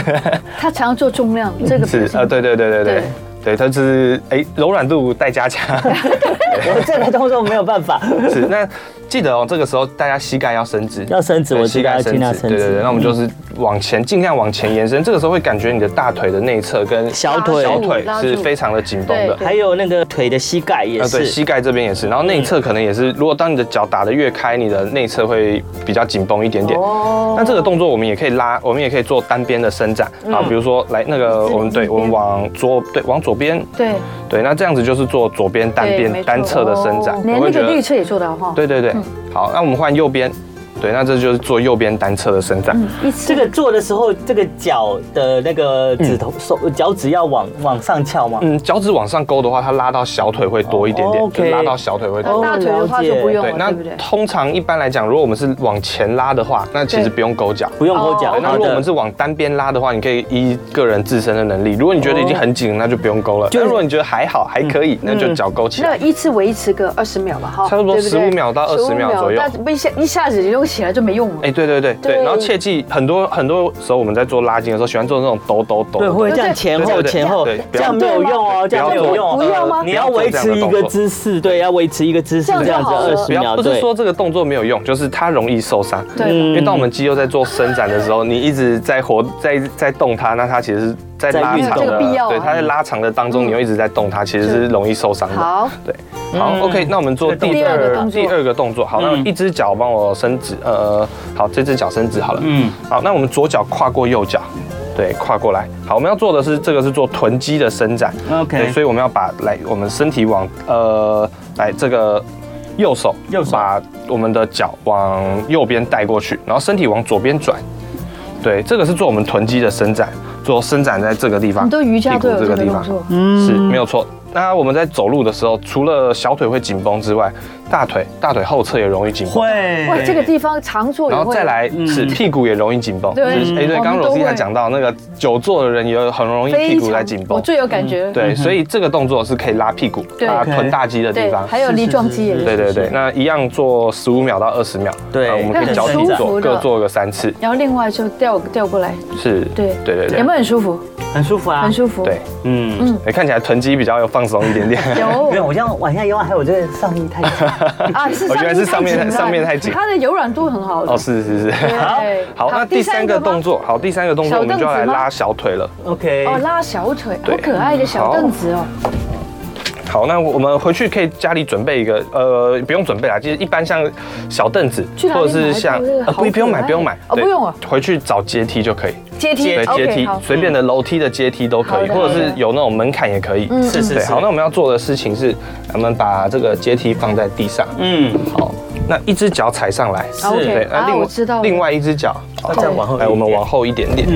S1: 他常做重量，这个
S3: 是，呃，对对对对对，对，它就是哎柔软度待加强，
S2: 我这个动作没有办 法，
S3: 是，那记得哦，这个时候大家膝盖要伸直，
S2: 要伸直，
S3: 对
S2: 我
S3: 膝
S2: 知
S3: 盖
S2: 道尽
S3: 伸
S2: 量
S3: 直，
S2: 伸
S3: 对
S2: 直。嗯
S3: 对对，那我们就是往前，尽量往前延伸。这个时候会感觉你的大腿的内侧跟
S2: 小腿
S3: 小腿
S1: 拉住
S3: 是非常的紧绷的
S1: 对。
S2: 还有那个腿的膝盖也
S3: 啊，对，
S2: 是。
S3: 膝盖这边也是，然后内侧可能也是，如果当你的脚打得越开，你的内侧会比较紧绷一点点。
S1: 哦嗯
S3: 那这个动作我们也可以拉，我们也可以做单边的伸展啊，比如说来那个我们对，我们往左，对，往左边，
S1: 对，
S3: 对，那这样子就是做左边单
S1: 对没错
S3: 边单侧的伸展
S1: 哦，嗯
S3: 我
S1: 连
S3: 会
S1: 那
S3: 觉
S1: 个
S3: 得
S1: 内侧也做到哈，
S3: 对对对，好，那我们换右边，对，那这就是做右边单侧的伸展。
S1: 一次
S2: 这个做的时候，这个脚的那个指头、手、脚趾要往往上翘吗？
S3: 嗯，脚趾往上勾的话，它拉到小腿会多一点
S2: 哦
S3: 点，
S2: ，OK
S3: 就拉到小腿会多。
S1: 那大腿的话就不哦用
S2: 哦
S3: 对，
S1: 了，
S3: 那
S1: 对不对？
S3: 通常一般来讲，如果我们是往前拉的话，那其实不用勾脚。
S2: 不用勾脚
S3: 对，，哦那
S2: 好
S3: 如果我们
S2: 的。
S3: 是往单边拉的话，你可以依个人自身的能力。如果你觉得已经很紧，那就不用勾了。
S2: 是
S3: 但如果你觉得还好，还可以，那就脚勾起
S1: 那
S3: 来。
S1: 一次维持个二十秒吧，哈，
S3: 差不多
S1: 对对
S3: 15秒到20秒左右
S1: 但一下一下子用起来就没用了。
S3: 哎，对对对对，
S1: 对
S3: 然后切记，很多很多时候我们在做拉筋的时候，喜欢做那种抖抖抖。
S2: 对，
S3: 抖抖
S2: 会这样前后
S3: 对对对
S2: 前后
S3: 对，
S2: 这样
S3: 不
S2: 没
S3: 要
S2: 有用哦，
S3: 对
S2: 这样没
S3: 不
S2: 有
S3: 要
S2: 用
S3: 做
S2: 哦。
S1: 不要吗
S2: 呃你要维持一个姿势，对，要维持一个姿势，
S1: 这样
S2: 这
S1: 就
S2: 样子
S1: 好
S2: 二
S1: 了
S2: 十
S3: 不
S2: 秒，
S3: 要不是
S2: 对。
S3: 说这个动作没有用，就是它容易受伤。
S1: 对
S3: 因为当我们肌肉在做伸展的时候，你一直在活在在动它，那它其实是在
S2: 在
S3: 拉
S2: 运
S3: 长
S2: 动
S1: 这个
S3: 的
S1: 必要，啊
S3: 对，它在拉长的当中，你又一直在动它，其实是容易受伤的。
S1: 好，
S3: 对，好
S2: 嗯
S3: ，OK，那我们做
S1: 个
S2: 这
S3: 第
S1: 第二个
S3: 二
S1: 动作
S3: 第二个动作，好，那
S2: 嗯
S3: 一只脚帮我伸直，呃，好，这只脚伸直好了，
S2: 嗯
S3: 嗯，好，那我们左脚跨过右脚。对，跨过来。好，我们要做的是这个是做臀肌的伸展。
S2: OK
S3: 对，所以我们要把来我们身体往呃来这个右手，
S2: 右手
S3: 把我们的脚往右边带过去，然后身体往左边转。对，这个是做我们臀肌的伸展，做伸展在这个地方，
S1: 你都瑜伽
S3: 屁股
S1: 都有
S3: 这
S1: 这
S3: 个
S1: 个
S3: 地
S1: 动
S3: 方。
S1: 作，
S3: 是
S2: 嗯
S3: 没有错。那我们在走路的时候，除了小腿会紧绷之外，大腿、大腿后侧也容易紧绷，
S2: 会
S1: 哇，这个地方常做也
S3: 然
S1: 会，
S3: 后再来
S1: 嗯
S3: 是屁股也容易紧绷。
S1: 对
S3: 就是哎，对，
S1: 我们
S3: 刚刚
S1: 都
S3: 罗西亚
S1: 会
S3: 讲到那个久坐的人也很容易屁
S1: 非
S3: 股在
S1: 常
S3: 紧，绷嗯
S1: 我。最有感觉，
S3: 对，所以这个动作是可以拉屁股、
S1: 对
S3: 拉
S2: OK
S3: 臀大肌的地
S1: 对，
S3: 方。
S1: 还有梨状肌也
S3: 对
S1: 是，
S3: 对对，那一样做十五秒到二十秒，
S2: 对
S3: 啊我们可以
S1: 那
S3: 交
S1: 很
S3: 替
S1: 舒服
S3: 做，
S1: 的
S3: 各做个三次，
S1: 然后另外就调调过来，
S3: 是，
S1: 对
S3: 对对
S1: 有
S3: 对
S1: 没，有很舒服？
S2: 很舒服啊，
S1: 很
S2: 服。
S1: 舒服，
S3: 对，
S2: 嗯，
S3: 哎看起来臀肌比较有放松一 点点。
S2: 没有，
S1: 有
S2: 我这样往下腰，还有我这个上衣太紧。
S1: 啊，是
S3: 哦原来是上面
S1: 太紧了
S3: 上面太紧
S1: 它的柔软度很好的
S3: 哦，，是是是。
S1: 对
S3: 好，那第三个动
S1: 作
S3: 作，好，第三个动作
S1: 小
S3: 我们就要
S1: 凳子
S3: 来
S1: 吗哦
S3: 拉小腿了。
S2: OK，
S1: 哦，拉小腿，好
S3: 对
S1: 可爱的小凳子哦，
S3: 好，那我们回去可以家里准备一个，呃，不用准备啦，就是一般像小凳子
S1: 去，哪里
S3: 或者是
S1: 买
S3: 像
S1: 这个
S3: 呃
S1: 好
S3: 不不用
S1: 可爱
S3: 买，不用买，
S1: 哦
S3: 对
S1: 不用啊
S3: 回去找阶梯就可以，
S1: 阶梯
S3: 对，阶
S1: OK，
S3: 梯
S1: 好嗯
S3: 随便的楼梯的阶梯都可
S1: 好
S3: 以，
S1: 的
S3: 或者
S1: 好
S3: 是
S1: 的
S3: 有那种门槛也可以。
S1: 嗯
S2: 是是
S3: 对，
S2: 是，
S3: 好，那我们要做的事情是，我们把这个阶梯放在地上，
S2: 嗯，
S3: 好，那一只脚踩上来，
S1: 啊 OK
S3: 对，
S1: 啊
S3: 那另
S1: 我知道了
S3: 另外一只脚，
S2: 那再往后一
S3: 来，
S2: 点
S3: 我们往后一点点，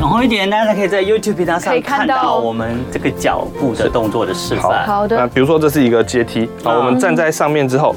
S2: 往后一点，大家可以在 YouTube 频道
S1: 可
S2: 上
S1: 以看
S2: 看
S1: 到
S2: 到我们这个脚步的动作的示范。
S1: 好
S3: 那
S1: 的，
S3: 比如说这是一个阶梯，好，
S2: 嗯
S3: 我们站在上面之后，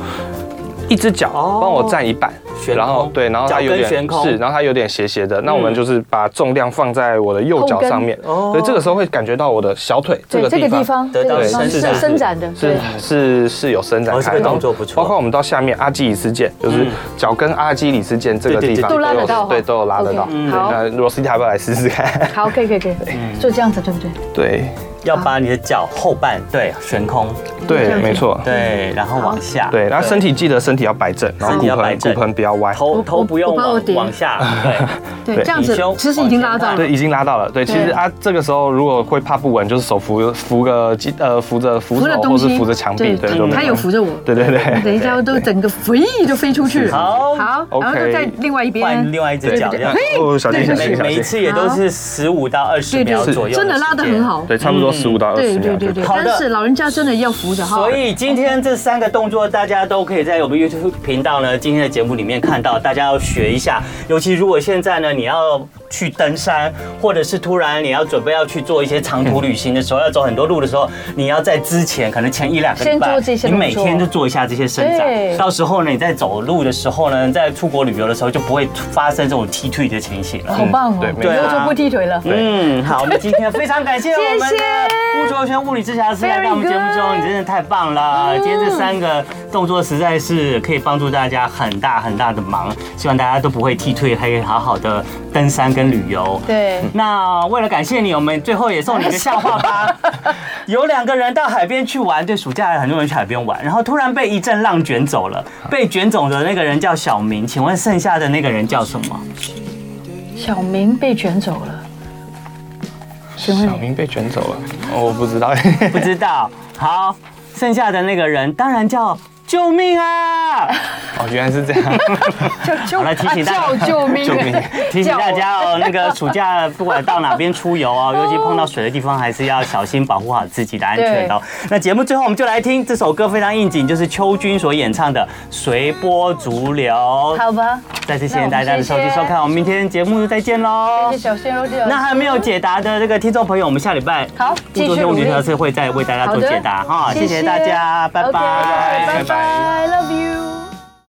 S3: 一只脚
S2: 哦
S3: 帮我站一半，
S2: 悬空
S3: 然后对，然后它有
S2: 脚跟悬
S3: 点
S2: 空
S3: 是，然后它有点斜
S1: 嗯
S3: 斜的，那我们就是把重量放在我的右脚上面，
S2: 哦
S3: 所以这个时候会感觉到我的小腿这
S1: 对
S3: 个
S1: 这个地
S3: 地方。
S1: 方，
S2: 得到
S1: 这个地方
S2: 伸
S1: 是
S2: 展
S1: 伸展的，
S3: 是
S1: 对，
S3: 是是有伸展
S2: 哦这
S3: 开，
S2: 个
S3: 然后
S2: 动作不错
S3: 包括我们到下面阿基里斯腱，就是
S2: 嗯
S3: 脚跟阿基里斯腱这个
S2: 对对对
S3: 地方
S1: 都拉
S3: 有
S1: 得到哈
S3: 对，都有拉得到
S1: OK，。嗯好
S3: 那罗斯蒂要不要来试 试看？
S1: 好，可以可以可以，
S4: 就这样子对不对？
S3: 对
S2: 要把你的脚后半对悬空，
S3: 对，没错，
S2: 对，然后往下，
S3: 对，然后身体记得身体要摆正，然后
S2: 身体
S3: 骨
S2: 要摆
S3: 盆
S2: 正
S3: 骨盆不要歪，
S2: 头头不用
S4: 我怕我
S2: 往
S4: 跌
S2: 往下，
S4: 对，
S2: 对，
S3: 对
S4: 这样子
S2: 挺胸
S4: 其实已经拉到了。
S3: 对，已经拉到了。对，其实啊，这个时候如果会怕不稳，就是手扶扶个机呃扶着扶
S4: 扶着
S3: 手，
S4: 东
S3: 或是
S4: 西，
S3: 扶着墙壁，对，
S4: 他
S3: 都没
S4: 他有扶着我。
S3: 对对 对
S4: 等一下，我都整个飞就飞出去。
S2: 好
S4: 好，然后
S3: OK
S4: 就在另外一
S2: 换
S4: 边。
S2: 另外一只脚，
S4: 对对对
S2: 这样
S3: 哦，小 心小
S2: 每
S3: 心小
S2: 每一
S3: 心。
S2: 次也都是十五到二十
S4: 对
S2: 秒
S4: 对
S2: 左
S4: 对，
S2: 右，
S4: 真的拉得很。好。
S3: 对，差不多十五到二
S4: 嗯对
S3: 十
S4: 对
S3: 秒。
S4: 对对，
S2: 好的
S4: 但是老人家真的要扶着哈。
S2: 所以今天这三个动作，大家都可以在我们 YouTube 频道呢，今天的节目里面看到，大家要学一下。尤其如果现在呢，你要去登山，或者是突然你要准备要去做一些长途旅行的时候，要走很多路的时候，你要在之前可能前一两个礼
S1: 先
S2: 拜
S1: 做这，些
S2: 你
S1: 动
S2: 每
S1: 作
S2: 天就做一下这些伸展
S1: 对，
S2: 到时候呢，你在走路的时候呢，在出国旅游的时候就不会发生这种踢腿的情形了。
S1: 好棒哦，
S3: 嗯对没
S1: 以后
S2: 错
S1: 就不踢腿了。
S2: 嗯，好，我们今天非常感 谢我们
S1: 谢
S2: 的吴卓轩物理治疗师来到我们
S1: Very
S2: 节目中，你真的太棒了！今天这三个动作实在是可以帮助大家很大很大的忙，希望大家都不会踢退，还可以好好的登山跟旅游。
S1: 对，
S2: 那为了感谢你，我们最后也送你一个笑话 吧。有两个人到海边去玩，对，暑假很多人去海边玩，然后突然被一阵浪卷走了。被卷走的那个人叫小明，请问剩下的那个人叫什么？
S1: 小明被卷走了，
S3: 小明被卷走了，哦我不知道。
S2: 不知道。好，剩下的那个人当然叫救命 啊！
S3: 哦，原来是这样。
S1: 就就
S2: 好了提醒大家
S1: 啊叫救 命！
S3: 救命
S2: 提醒大家哦，那个暑假不管到哪边出游 哦，尤其碰到水的地方，还是要小心保护好自己的安全哦。那节目最后我们就来听这首歌，非常应景，就是邱军所演唱的《随波逐流》。
S1: 好吧，
S2: 再次谢谢大家的收
S1: 那我们
S2: 听
S1: 谢谢
S2: 收看，我们明天节目再见喽
S1: 谢谢。小鲜肉这
S2: 那还没有解答的这个听众朋友，我们下礼拜
S1: 好继续
S2: 故作兄
S1: 努
S2: 弟
S1: 力
S2: 特是会再为大家做
S1: 好的
S2: 解答哈。谢
S1: 谢
S2: 谢大家，拜
S1: OK，拜
S2: 拜。
S1: 拜，Love you。